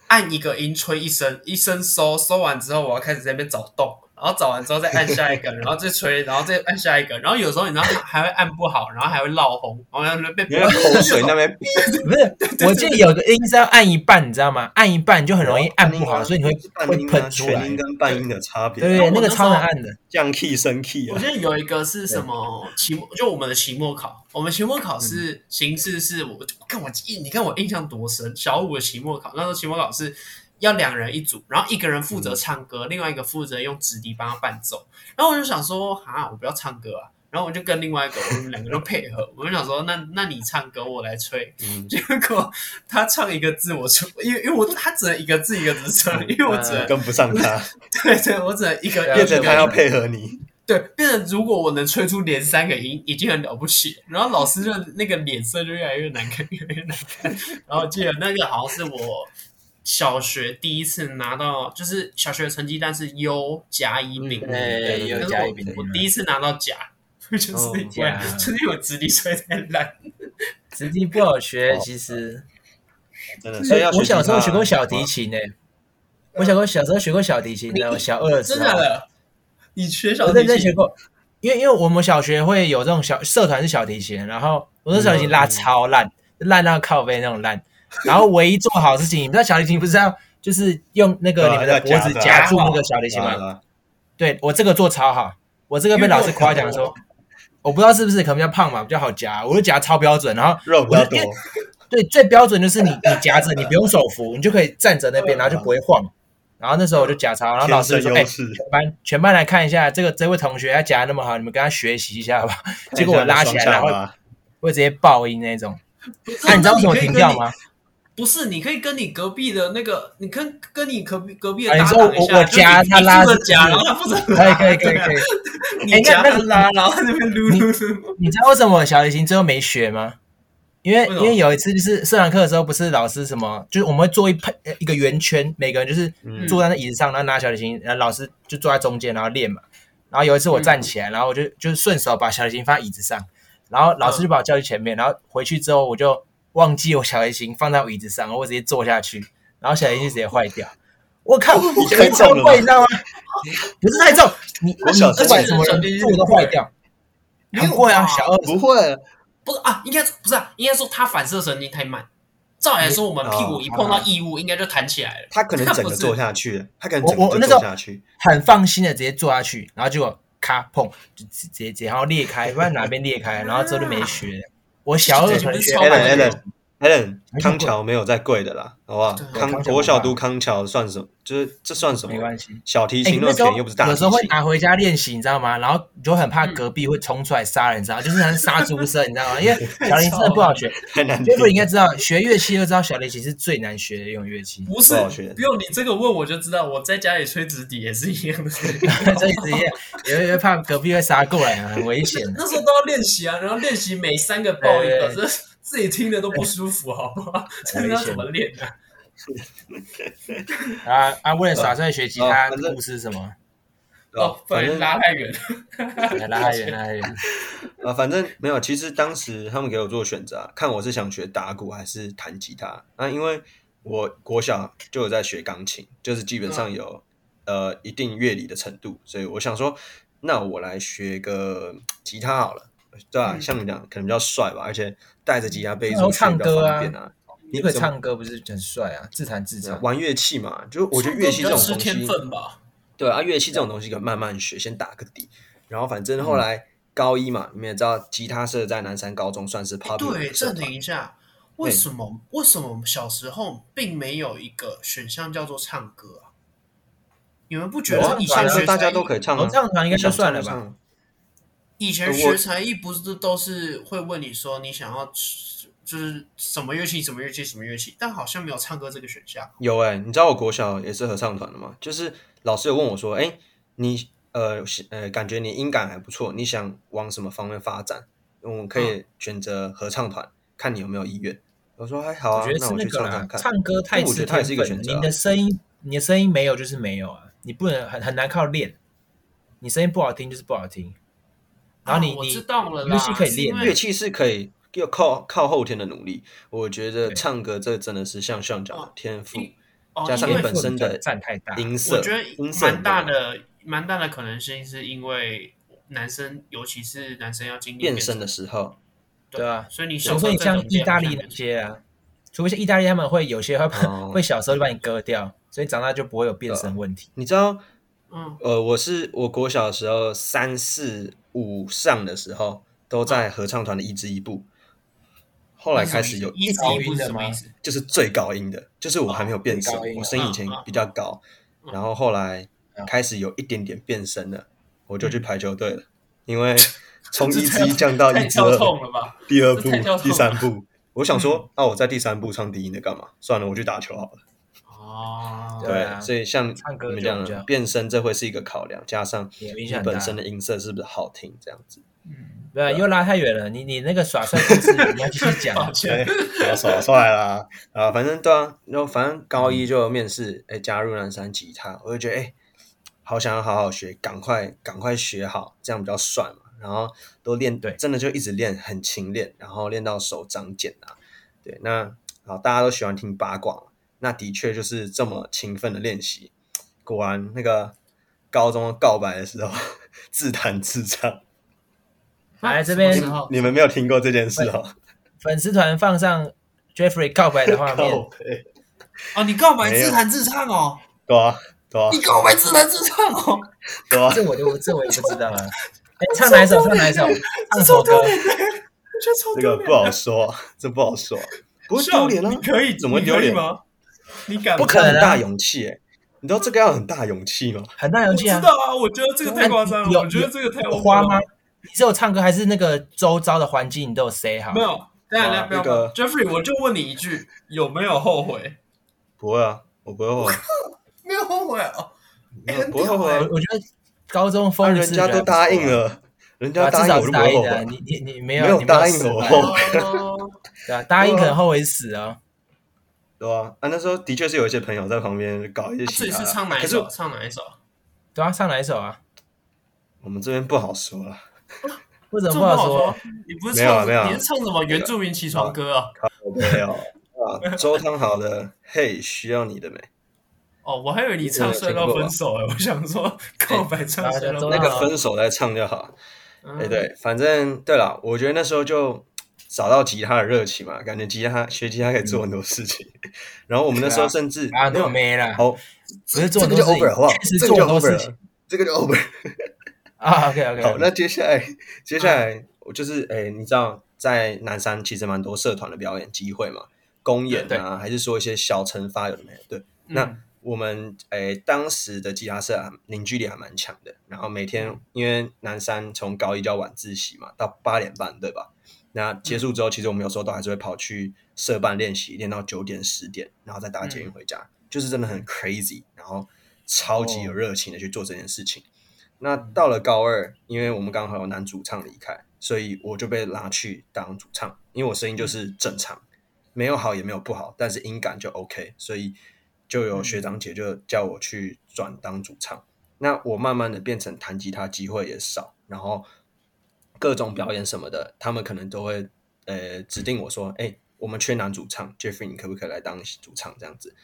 C: 按一个音吹一声，一声收，收完之后我要开始在那边找洞，然后找完之后再按下一个，然后再吹，然后再按下一个，然后有时候你知道还会按不好，然后还会落红，然后还会被
B: 你看口水那边，
A: 不是，我记得有个音是要按一半，你知道吗？按一半你就很容易按不好，
B: 啊
A: 所以你会
B: 半
A: 会
B: 音啊
A: 喷出
B: 全
A: 来
B: 音，跟半音的差别，
A: 对，那
C: 那我
A: 个
C: 那时候
A: 超难按的。
B: 降 key 升 key
C: 我
B: 啊
C: 记。得有一个是什么期末，就我们的期末考，我们期末考
A: 嗯
C: 是形式是我看我记忆，你看我印象多深。小五的期末考，那时候期末考是要两人一组，然后一个人负
A: 嗯
C: 责唱歌，另外一个负责用纸笛帮他伴奏。然后我就想说，哈，我不要唱歌啊。然后我就跟另外一个，我们两个就配合，我就想说，那那你唱歌，我来吹。
B: 嗯，
C: 结果他唱一个字，我出，因为因为我他只能一个字一个字唱，因为我只能
A: 嗯
C: 对
D: 跟不上他，
C: 对，我只能一个
A: 对
D: 变
C: 一
D: 成
C: 个
D: 他要配合你。
C: 对，变成如果我能吹出连三个音，已经很了不起了。然后老师就那个脸色就越来越难看，越来越难看。然后我记得那个好像是我小学第一次拿到，就是小学的成绩单是优甲乙丙，
B: 嗯
A: 哎，有
C: 就是
A: 甲
C: 我
A: 乙丙丁
C: 我
A: 嘛
C: 第一次拿到甲， 就是因为、
A: 哦甲
C: 就是因为我直笛吹太烂，
A: 直笛不好学，其实。
D: 真的，
B: 所以要学
A: 我小时候
B: 吉他哦
A: 学过小提琴呢、我小时候小时候学过小提琴的，我小二的时
C: 真
A: 候
C: 的假的？你缺小
A: 我
C: 提
A: 认真学
C: 琴？
A: 过，因为因为我们小学会有这种小社团是小提琴，然后我那小提琴拉超烂，烂到靠背那种烂，然后唯一做好的事情，你知道小提琴不是要就是用那个
D: 对啊
A: 你们的脖
D: 要夹
A: 子
D: 着啊
A: 夹住那个小提琴
B: 好
A: 吗？
B: 了，
A: 对我这个做超好，我这个被老师夸奖说，我不知道是不是可能比较胖嘛，比较好夹，我就夹超标准，然后
D: 肉比较多
A: 我，对，最标准就是你你夹着，你不用手扶，你就可以站着那边，然后就不会晃。然后那时候我就夹超，然后
D: 嗯
A: 老
D: 天
A: 师
D: 生
A: 就说：“哎、
D: 优势。
A: 全班全班来看一下，这个这位同学他夹得那么好，你们跟他学习一下吧。”结果我拉起来，然后会直接爆音那种。那、啊你知道为什么停掉吗？
C: 不是，你可以跟你隔壁的那个，你跟跟你隔壁隔壁
A: 啊
C: 的
A: 你
C: 搭
A: 说
C: 档一
A: 我
C: 下，
A: 我
C: 就是
A: 夹
C: 你
A: 他
C: 你
A: 拉
C: 负责
A: 是不
C: 夹，
A: 是
C: 然后他负责
A: 可以可以可以
C: 对啊
A: 可以。哎
C: 你夹
A: 那
C: 他拉，哦然后他那 边噜噜噜。
A: 你知道为什么我小提琴最后没学吗？因为
C: 为什
A: 因
C: 么
A: 为有一次就是社团课的时候，不是老师什么，就是我们会做一排呃一个圆圈，每个人就是
B: 嗯
A: 坐在那椅子上，然后拿小提琴，然后老师就坐在中间，然后练嘛。然后有一次我站起来，然后我就就顺手把小提琴放在椅子上，然后老师就把我叫去前面，然后回去之后我就忘记我小提琴放在我椅子上，我直接坐下去，然后小提琴就直接坏 掉。我靠，我
D: 太重了吧
A: 你知道吗？不是太重，你
D: 我小时
A: 而
D: 候
A: 且
D: 也
A: 怎么
C: 是小
A: 人
C: 提琴
A: 坐都坏掉，
C: 没有
A: 很贵啊，
C: 吧
A: 小二
D: 不会，
C: 不是啊，应该不是啊，应该说他反射神经太慢。照理来说，我们屁股一碰到异物，应该就弹起来了。
B: 他可能
C: 他
B: 整
C: 不
B: 个
C: 是
B: 做下去，他可能
A: 我
B: 整个
A: 我
B: 就
A: 那时候
B: 做下去，
A: 很放心的直接坐下去，然后结果咔砰就直接直接然后裂开，不知道哪边裂开，然后之后就没学。我小二
C: 这
A: 同
C: 不是
A: 学
C: 超
B: Alan
C: 慢的
B: Alan
C: 人
B: Alan，
A: 没
B: 康
A: 看过
B: 桥没有再贵的啦，好不好
C: 对？
A: 康
B: 康
A: 桥
B: 国小
A: 不大
B: 读康桥算什么？就是这算什么？
A: 没关系。
B: 小提
A: 哎
B: 琴那
A: 那
B: 么
A: 时候
B: 便宜，又不是大
A: 有
B: 提
A: 时候会
B: 琴。
A: 拿回家练习，你知道吗？然后你就很怕隔壁会冲出来杀人，你知道吗，就是很杀猪声，你知道吗？因 为小提琴真的不好学。
D: 太难听
A: j。e 应该知道，学乐器就知道小提琴是最难学的一种乐器，
C: 不
B: 不好
C: 是
B: 学，
C: 不用你这个问我就知道，我在家里吹直笛也是一样 的。
A: 所以直接也会怕隔壁会杀过来，啊很危险。
C: 那时候都要练习啊，然后练习每三个爆一个，
A: 对
C: 这自己听的都不舒服，好不好？ 这是要怎么练啊？
A: 啊啊！为了耍帅学吉他
B: 哦反
A: 的
B: 正
A: 故事是什么？
C: 哦，反
B: 反
C: 正
B: 正
C: 拉太远了。
A: 来拉太远，拉太远。
B: 啊，反正没有。其实当时他们给我做选择啊、看我是想学打鼓还是弹吉他。那、因为我国小就有在学钢琴，就是基本
C: 嗯
B: 上有、呃一定乐理的程度，所以我想说，那我来学个嗯吉他好了，对吧、
C: 嗯
B: 像你讲，可能比较帅吧，而且带着吉他背
A: 那时候
B: 出去比
A: 唱
B: 较
A: 歌啊
B: 方便啊。
A: 你会唱歌不是很帅啊？自弹自唱。
B: 玩乐器嘛，就是我觉得乐器这种
C: 唱歌
B: 东西
C: 比较吃天分吧。
B: 对啊，乐器这种东西可以慢慢学，先打个底。然后反正
C: 嗯
B: 后来高一嘛，你们也知道，吉他社在南山高中算是 popular
C: 哎对，
B: 的社
C: 暂
B: 团
C: 停一下，为什么为什么我们小时候并没有一个选项叫做唱歌啊？你们不觉
A: 有啊
C: 得以前
A: 反
C: 学
A: 正
B: 大家都
C: 以？
B: 可以唱
A: 合
B: 啊，
A: 唱哦团应该就算了
B: 想
A: 吧？
B: 唱
C: 以前学才艺不是都是会问你说你想要就是什么乐器、什么乐器、什么乐器，但好像没有唱歌这个选项。
B: 有哎、你知道我国小也是合唱团的嘛？就是老师有问我说，哎、你呃是呃，感觉你音感还不错，你想往什么方面发展？我们可以选择合唱团，看你有没有意愿。我说还、
A: 我
B: 好啊
A: 觉，得
B: 那
A: 是
B: 我
A: 那
B: 去
A: 个
B: 唱
A: 啦
B: 唱，看。
A: 唱歌太
B: 但我
A: 吃
B: 觉得它也是一
A: 天
B: 个
A: 分了。
B: 选择啊
A: 你的声音，你的声音没有就是没有啊，你不能很很难靠练。你声音不好听就是不好听，然后你
C: 啊我
A: 你
C: 知道了啦，
A: 乐器可以
C: 是因
A: 练
C: 为
B: 乐器是可以要靠靠后天的努力，我觉得
A: 对
B: 唱歌这真的是像像讲的
C: 哦
B: 天赋，
C: 因哦，
B: 加上
C: 因
B: 你
C: 为
B: 本身的
A: 占太大。
B: 音色，
C: 我觉得
B: 音色
C: 蛮大的，蛮大的可能性是因为男生，尤其是男生要经历
B: 变
C: 声
B: 声的时候，
A: 对啊
C: 所以你
A: 所
C: 小
A: 以
C: 时
A: 说
C: 候
A: 你
C: 这
A: 像
C: 种
A: 意大利
C: 变
A: 那
C: 声
A: 些啊，除非是意大利他们会有些会
B: 哦呃
A: 会小时候就把你割掉，所以长大就不会有变声问题。
B: 你知道，
C: 嗯，
B: 呃，我是我国小的时候三四五上的时候都在合唱团的一支一部，后来开始有
C: 一直
A: 高音
C: 一步是
A: 的
C: 什么
A: 吗
C: 意思？
B: 就是最高音的，就是我还没有变声
A: 哦最高，音
B: 我声音以前
C: 嗯嗯
B: 比较高，
C: 嗯
B: 然后 后来开始有一点点变声了，我就去排球队了，因为从一之一降到
C: 嗯太
B: 一之
C: 跳
B: 二，
C: 痛了吧？
B: 第二
C: 这
B: 步
C: 太跳，痛
B: 第三步。我想
C: 嗯
B: 说，那、我在第三步唱低音的干嘛？算了，我去打球好了。
C: 哦，
A: 对啊
B: 所以像
A: 唱歌
B: 你们
A: 就
B: 讲
A: 比较
B: 的变声，这会是一个考量，加上
A: 也影
B: 你
A: 响很大
B: 本身的音色是不是好听，这样子。
C: 嗯，
A: 对啊，又拉太远了。你你那个耍帅故事，你要继续讲。啊
C: 抱 歉，
B: 对，我耍帅啦啊，反正对啊，然后反正高一就有面试，哎，加入南山吉他，我就觉得哎，好想要好好学，赶快赶快学好，这样比较帅嘛。然后都练，
A: 对
B: 真的就一直练，很勤练，然后练到手长茧啊。对，那好，大家都喜欢听八卦嘛，那的确就是这么勤奋的练习，果然那个高中告白的时候自弹自唱，哎
A: 来这边
C: 什么时候
B: 你们没有听过这件事哦？
A: 粉丝团放上 Jeffrey 告白的画面
B: 靠，背
C: 哦，你告白
B: 没有
C: 自弹自唱哦，
B: 对啊，对啊
C: 你，告白自弹自唱哦，
B: 对啊。
A: 这我就这我也不知道啊。 哎，唱哪一首？唱哪一首？唱什么歌？
C: 我觉得超
B: 这
C: 丢
B: 个
C: 脸
B: 不好说，这不好说，不会丢脸啊
C: 你，可以
B: 怎么会丢脸
C: 你可以吗？你敢
B: 不
A: 可能啊
B: 很大勇气哎，你知道这个要很大勇气吗？
A: 很大
C: 我
A: 勇
C: 知
A: 气啊！
C: 道啊，我觉得这个太夸张了，
A: 有
C: 我觉得这个太
A: 有
C: over
A: 花
C: 了
A: 吗？？你只有唱歌，还是那个周遭的环境你都有 say 好？
C: 没有，等一下等一下
B: 哇
C: 不要
B: 那个
C: Jeffrey，我就问你一句，有没有后悔？
B: 不会啊，我不会后悔，
C: 没有后悔哦，哎很
B: 不会后
A: 我
B: 悔，
A: 我觉得高中
B: 啊
A: 风雨
B: 人
A: 是
B: 家都答应，了，人
A: 对啊
B: 家
A: 至
B: 答应
A: 少
B: 我
A: 是
B: 就不
A: 答
B: 会
A: 应
B: 后
A: 的啊。
B: 悔。
A: 你你你没
B: 没
A: 你
B: 有
A: 没有
B: 答应
A: 失败
B: 我后悔
C: 哦
A: 对啊，答应
B: 对啊
A: 可能后悔死哦。
B: 对啊，啊那时候的确是有一些朋友在旁边搞一些
C: 这
B: 其
C: 里
B: 他
C: 是
B: 的
C: 唱哪一
B: 可是
C: 首？唱哪一首？
A: 对啊，唱哪一首啊？
B: 我们这边不好说了，
A: 为什么
C: 这
A: 不
C: 么好
A: 好说
C: 说？，你不是
B: 没有啊
C: 唱
B: 没有啊
C: 你是唱什么原住民起床歌啊？
B: 我没有啊。周汤豪的《嘿，需要你 的美》，
C: 哦，我还以为你唱帅到分手哎，我想说告白唱帅
A: 哎
C: 到
B: 那
C: 分
A: 周
B: 个
A: 汤
C: 手
A: 豪
B: 分手再唱就好。，哎、
C: 嗯，
B: 对，反正对了，我觉得那时候就找到吉他的热情嘛，感觉吉他学吉他可以做很多事情。 然后我们那时候甚至哦
A: 啊，
B: 没有
A: 都没了。
B: 好，
A: 不是做
B: 这
A: 很多
B: 个就
A: 事情
B: over 了好不好？
A: 确实
B: 这个
A: 做
B: 就
A: 很多
B: over
A: 事
B: 了
A: 情，
B: 这个就 over 了。
A: 啊，OK OK，
B: 好，那接下来接下来我就是哎、你知道在南山其实蛮多社团的表演机会嘛，公演
A: 对
B: 啊，还是说一些小惩罚有的没的？对，那
C: 嗯
B: 我们诶、当时的吉他社啊，凝聚力还蛮强的。然后每天因为南山从高一就要晚自习嘛，到八点半，对吧？那结束之后，其实我们有时候都还是会跑去社办练习，练到九点十点，然后再搭捷运回家，就是真的很 crazy，然后超级有热情的去做这件事情。那到了高二，因为我们刚好有男主唱离开，所以我就被拉去当主唱，因为我声音就是正常，没有好也没有不好，但是音感就 OK，所以就有学长姐就叫我去转当主唱。那我慢慢的变成弹吉他机会也少，然后各种表演什么的，他们可能都会呃指定我说，哎、我们缺男主唱，Jeffrey 你可不可以来当主唱这样子？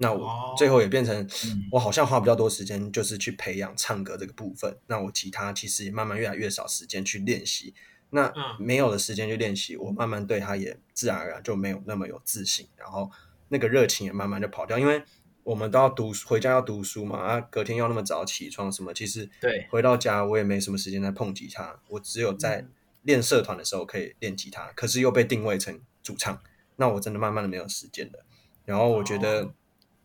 B: 那
C: 哦
B: 我最后也变成，我好像花比较多时间，就是去培养唱歌这个部分。那我吉他其实也慢慢越来越少时间去练习。那
C: 嗯
B: 没有的时间去练习，我慢慢对它也自然而然就没有那么有自信，然后那个热情也慢慢就跑掉，因为我们都要读书，回家要读书嘛，啊，隔天要那么早起床什么，其实
A: 对
B: 回到家我也没什么时间再碰吉他，我只有在练社团的时候可以练吉他，可是又被定位成主唱，那我真的慢慢的没有时间了。然后我觉得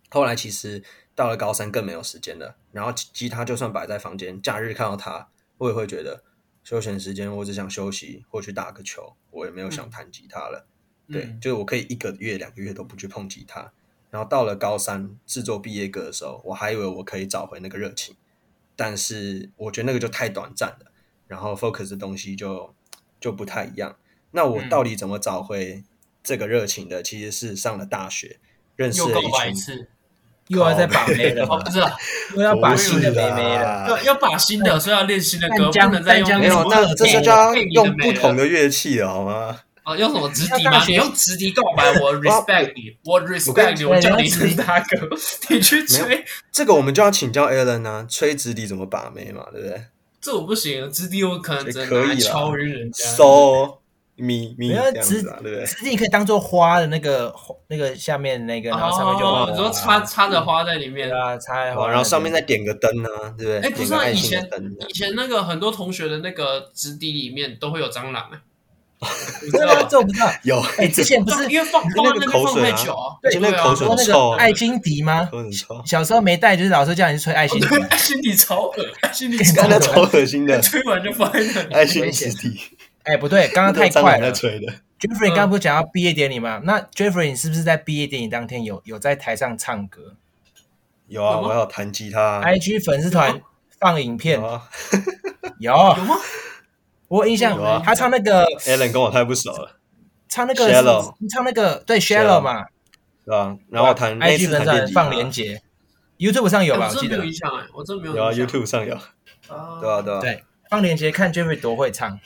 B: 后来其实到了高三更没有时间了，然后吉吉他就算摆在房间，假日看到它，我也会觉得休闲时间我只想休息或去打个球，我也没有想弹吉他了。对，
C: 嗯
B: 就是我可以一个月、两个月都不去碰吉他。然后到了高三制作毕业歌的时候，我还以为我可以找回那个热情，但是我觉得那个就太短暂了，然后 focus 的东西就就不太一样。那我
C: 嗯
B: 到底怎么找回这个热情的？其实是上了大学，认识
C: 又
B: 了
C: 告
B: 一
C: 白一
B: 群
C: 次，
A: 又要再把妹了
C: 哦，
A: 嘛，
C: 不是啊，
A: 又要把新的妹妹了。
B: 了
C: 要要把新的，所以要练新的歌，
A: 淡江
C: 不能再用
A: 淡江
B: 没
A: 没
B: 有，
A: 有
B: 那
A: 那
B: 这
A: 是
B: 就
A: 叫
B: 要
C: 配你的
B: 用
C: 美
B: 不
C: 了
B: 同的乐器了，好吗？
C: 哦，用什么直笛
A: 你要
C: 吗
A: 大？学
C: 你用直笛告 白，我 respect 你，我 respect 你，
A: 我
C: 我
A: 跟
C: 叫你
A: 你说
C: 直 大哥，你去
B: 没
C: 吹，
B: 这个我们就要请教 Alan 啊，吹直笛怎么把妹嘛，对不对
C: 这我不行，直笛我可能只
B: 也
C: 能
B: 可以
C: 拿
B: 啦
C: 来敲晕人家。
B: ？So me me
A: 没有
B: 这样
A: 直
B: 子啊，对不对？
A: 直你可以当做花的那个那个下面那个，然后上面就
C: 哦
A: 有，
C: 你说插插着花在里面
A: 对。啊，插在
B: 好，
A: 花，
B: 哦然后上面再点个灯啊，对不对？
C: 哎不
B: 点
C: 是
B: 个
C: 啊
B: 爱
C: 以
B: 心的
C: 前
B: 灯啊。
C: 以前那个很多同学的那个直笛里面都会有蟑螂哎，
A: 你知道吗？这我不知道。
B: 有，
A: 哎， 之前不是
C: 啊因为放
B: 那个
C: 放在那边
B: 口
C: 放
B: 水
C: 太
B: 啊
C: 久啊，
B: 而且那个
C: 对啊
B: 口水
A: 说那
B: 臭
A: 个爱心笛吗？
B: 都很臭，
A: 小时候没带，就是老师叫你去吹爱心笛。
C: 哦 对，心里超恶，心里超
B: 看他
A: 那
B: 超恶心的
C: 恶，，吹完就放在那里。
B: 爱心实体，
A: 哎，不对， 刚刚太
B: 那蟑
A: 快
B: 螂在
A: 了。
B: 吹的，
A: Jeffrey 刚
C: 嗯
A: 刚不是讲到毕业典礼吗？那 Jeffrey 你是不是在毕业典礼当天有有在台上唱歌
B: 有啊，
C: 有
B: 我
C: 吗
B: 还有弹吉
A: 啊
B: 他，
A: ？IG 粉丝团放影片
B: 啊有啊
A: 有，
C: 有吗？
A: 我有印象
B: 有啊
A: 他唱那个
B: Alan 跟我太不熟了，
A: 唱那个
B: Shallow
A: 唱那个对
B: Shallow
A: Shallow 嘛
B: 对吧？然后我弹那
A: ，IG
B: 次
A: 粉丝
B: 弹电
A: 团
B: 吉
A: 放
B: 他，
A: 链接，YouTube 上有
C: 哎
A: 吧？
C: 我
A: 我
C: 真
A: 记得
C: 的没有印象哎，我真的没有
B: 有啊
C: 印象
B: ，YouTube 上有，
C: 啊
B: 对啊，对啊，
A: 对，放链接看 Jeffrey 多会唱。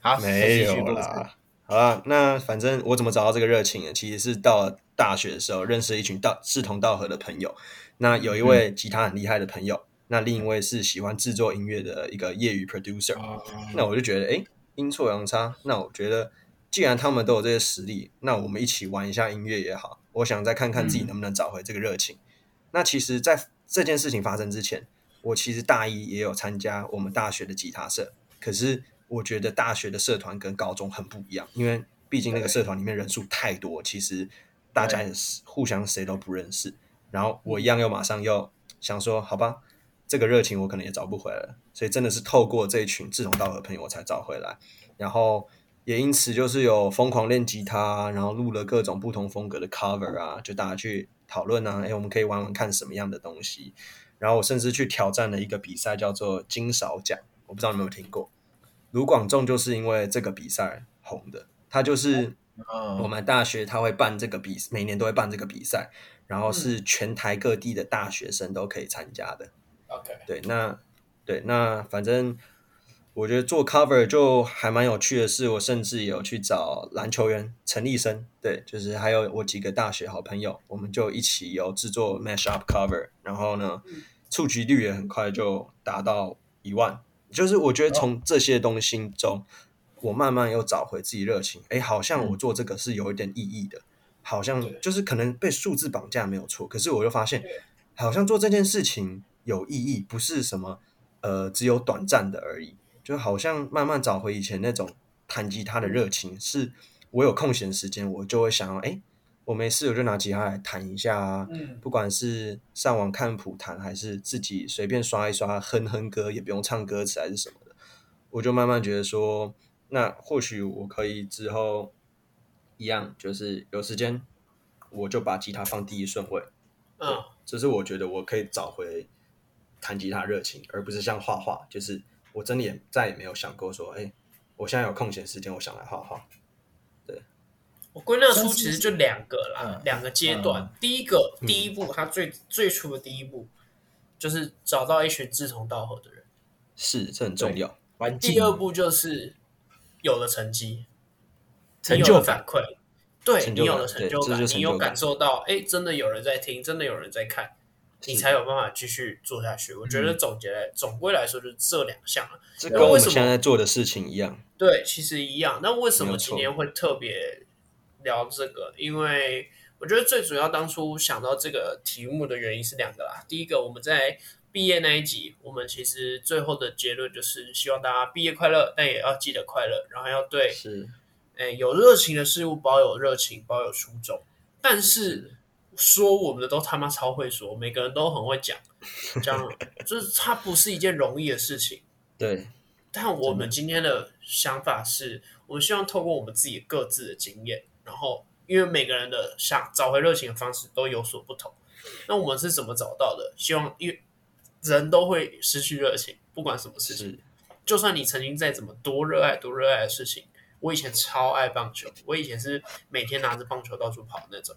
A: 好，
B: 没
A: 再继续
B: 有
A: 录制。
B: 啦。好啦，那反正我怎么找到这个热情呢？其实是到了大学的时候，认识一群道志同道合的朋友。那有一位吉他很厉害的朋友，那另一位是喜欢制作音乐的一个业余 producer。
A: 哦
B: 那我就觉得，哎、阴错阳差，那我觉得既然他们都有这些实力，那我们一起玩一下音乐也好。我想再看看自己能不能找回这个热情。那其实，在这件事情发生之前，我其实大一也有参加我们大学的吉他社，可是我觉得大学的社团跟高中很不一样，因为毕竟那个社团里面人数太多，其实大家也是互相谁都不认识。然后我一样又马上又想说，好吧，这个热情我可能也找不回来了，所以真的是透过这一群志同道合的朋友我才找回来，然后也因此就是有疯狂练吉他，然后录了各种不同风格的 cover 啊，就大家去讨论啊，哎，我们可以玩玩看什么样的东西，然后我甚至去挑战了一个比赛叫做金勺奖，我不知道你们有没有听过，卢广仲就是因为这个比赛红的，他就是。我
A: 哦，
B: 们大学他会办这个比，每年都会办这个比赛，然后是全台各地的大学生都可以参加的。
C: ，OK，
B: 对，那对那反正我觉得做 cover 就还蛮有趣的是，我甚至有去找篮球员陈立生，对，就是还有我几个大学好朋友，我们就一起有制作 mash up cover，然后呢，触及率也很快就达到一万，就是我觉得从这些东西中，我慢慢又找回自己热情，哎，好像我做这个是有一点意义的。好像
C: 对
B: 就是可能被数字绑架没有错，可是我又发现，好像做这件事情有意义，不是什么呃只有短暂的而已，就好像慢慢找回以前那种弹吉他的热情，是我有空闲时间我就会想要，哎，我没事我就拿吉他来弹一下啊，
C: 嗯，
B: 不管是上网看谱弹，还是自己随便刷一刷哼哼歌，也不用唱歌词还是什么的，我就慢慢觉得说，那或许我可以之后一样，就是有时间我就把吉他放第一顺位，
C: 嗯，
B: 这是我觉得我可以找回弹吉他热情，而不是像画画，就是我真的也再也没有想过说，哎、我现在有空闲时间，我想来画画。
C: 我归纳出其实就两个啦
A: 嗯，
C: 两个阶段。第一个，第一步，他最最初的第一步就是找到一群志同道合的人。
B: 是，这很重要。
A: 环境
C: 第二步就是有了成绩，
A: 成
C: 你有
A: 就
C: 了
A: 感
C: 反馈，对
B: 成
C: 你
B: 就感
C: 有了成就
B: 对这就是成
C: 你
B: 就感
C: 有感受到，哎，真的有人在听，真的有人在看，你才有办法继续做下去。我觉得总结来，总归来说就是这两项啊了。
B: 这
C: 那
B: 跟我
C: 为
B: 们
C: 什么
B: 现在做的事情一样，
C: 对，其实一样。那为什
B: 没
C: 么
B: 有错
C: 今天会特别聊这个？因为我觉得最主要当初想到这个题目的原因是两个啦。第一个，我们在毕业那一集，我们其实最后的结论就是希望大家毕业快乐，但也要记得快乐，然后要对
B: 是
C: 诶有热情的事物保有热情，保有初衷。但是说我们的都他妈超会说，每个人都很会讲，这样就是它不是一件容易的事情。
B: 对，
C: 但我们今天的想法是，我们希望透过我们自己各自的经验，然后因为每个人的想找回热情的方式都有所不同，那我们是怎么找到的？希望因为人都会失去热情，不管什么事情，
B: 是
C: 就算你曾经再怎么多热爱、多热爱的事情，我以前超爱棒球，我以前是每天拿着棒球到处跑的那种，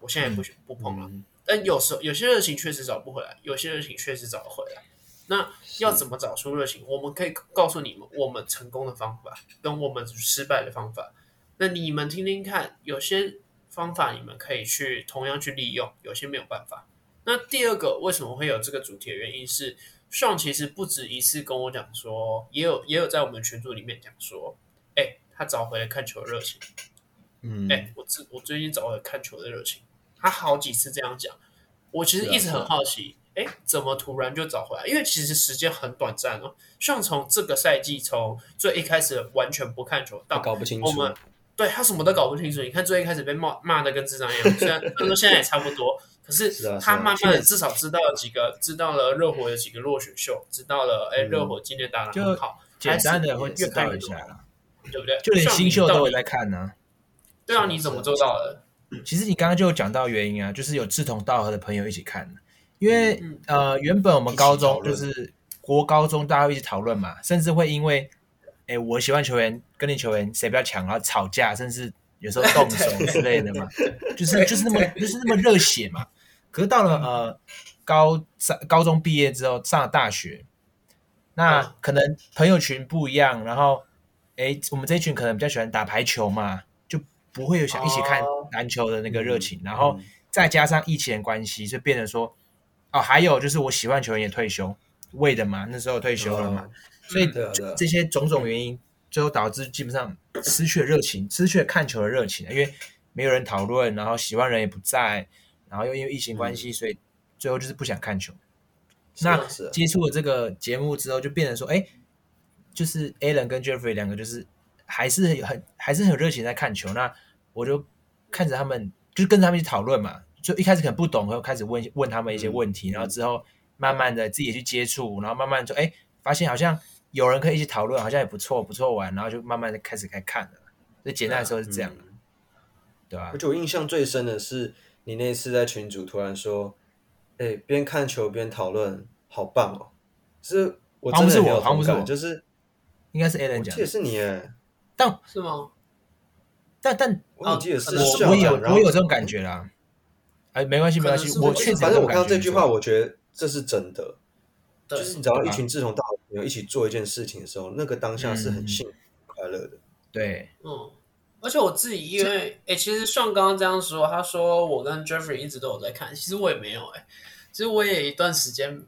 C: 我现在也不、不碰了。
B: 嗯，
C: 但有时候有些热情确实找不回来，有些热情确实找得回来。那要怎么找出热情？我们可以告诉你们我们成功的方法跟我们失败的方法。那你们听听看，有些方法你们可以去同样去利用，有些没有办法。那第二个为什么会有这个主题的原因是，上其实不止一次跟我讲说，也有也有在我们群组里面讲说，哎、他找回了看球的热情。
B: 嗯，
C: 哎、我最我最近找回看球的热情。他好几次这样讲，我其实一直很好奇，哎，怎么突然就找回来？因为其实时间很短暂哦。像从这个赛季从最一开始完全不看球
D: 他
C: 到
D: 搞不清楚
C: 我。们对他什么都搞不清楚。你看最一开始被骂骂的跟智障一样，虽然他说现在也差不多，可是
B: 是啊是
C: 他
B: 啊
C: 慢慢的至少知道了几个，知道了热火有几个落选秀，知道了哎
B: 嗯
C: 热火今年打得
A: 就
C: 很好，
A: 简单的会
C: 还是
A: 知
C: 越看
A: 道
C: 越
A: 一
C: 多
A: 下啦，，
C: 对不对？
A: 就连
C: 像你
A: 新秀
C: 到
A: 都有
C: 底
A: 在看呢、
C: 对啊，你怎么做到的？
A: 其实你刚刚就有讲到原因啊，就是有志同道合的朋友一起看，因为、
C: 嗯
A: 呃，原本我们高
D: 一
A: 中
D: 起讨
A: 就
D: 论
A: 是国高中大家会一起讨论嘛，甚至会因为哎我喜欢球员跟你球员谁比较强，然后吵架，甚至有时候动手之类的 嘛，就是就是那么就是那么热血嘛。可是到了
C: 嗯
A: 呃高三高中毕业之后上了大学，那
C: 嗯
A: 可能朋友群不一样，然后哎我们这一群可能比较喜欢打排球嘛，就不会有想一起看
C: 哦
A: 篮球的那个热情，然
B: 嗯
A: 后再加上疫情的关系，就变成说，哦，还有就是我喜欢球员也退休，为的嘛，那时候退休了嘛，所
C: 嗯
A: 以
B: 对啊对啊
A: 这这些种种原因，最后导致基本上失去了热情，失去了看球的热情，啊因为没有人讨论，然后喜欢人也不在，然后又因为疫情关系，所以最后就是不想看球。
B: 是啊
A: 那
B: 是啊
A: 接触了这个节目之后，就变成说，哎，就是 Alan 跟 Jeffrey 两个就是还是很还是很有热情在看球。那我就看着他们，就是跟着他们一起讨论嘛。就一开始可能不懂，然后开始问问他们一
B: 嗯
A: 些问题，然后之后慢慢的自己也去接触，然后慢慢就哎发现好像有人可以一起讨论，好像也不错，不错玩，然后就慢慢的开始开始看了。所以简单来说是这样
B: 嗯
A: 啊的，对吧、
B: 而且我印象最深的是，你那次在群组突然说：“哎、边看球边讨论，好棒哦！”是我真的很有
A: 好像
B: 同
A: 不是我
B: 感，就是
A: 应该是 Alan
B: 我
A: 讲
B: 记得
A: 的，
B: 是你哎，
C: 是吗？
A: 但但
B: 我怎么记得
C: 哦可
B: 是
C: 能
A: 我
B: 校
A: 我
B: 长
A: 有
B: 然后
A: 我有这种感觉啦。哎，没关系，没关
C: 可
A: 系，
C: 能是
A: 我
C: 我
A: 确实
B: 反正
A: 有
B: 我看到
A: 感觉
B: 这句
A: 说
B: 话，我觉得这是真的。
C: 对，
B: 就是你只要
A: 对
B: 一
A: 啊
B: 群志同道合的朋友一起做一件事情的时候，那个当下是很幸福、快乐的。
A: 对，
C: 嗯，而且我自己因为，哎、其实像刚刚这样说，他说我跟 Jeffrey 一直都有在看，其实我也没有、诶哎，其实我也一段时间，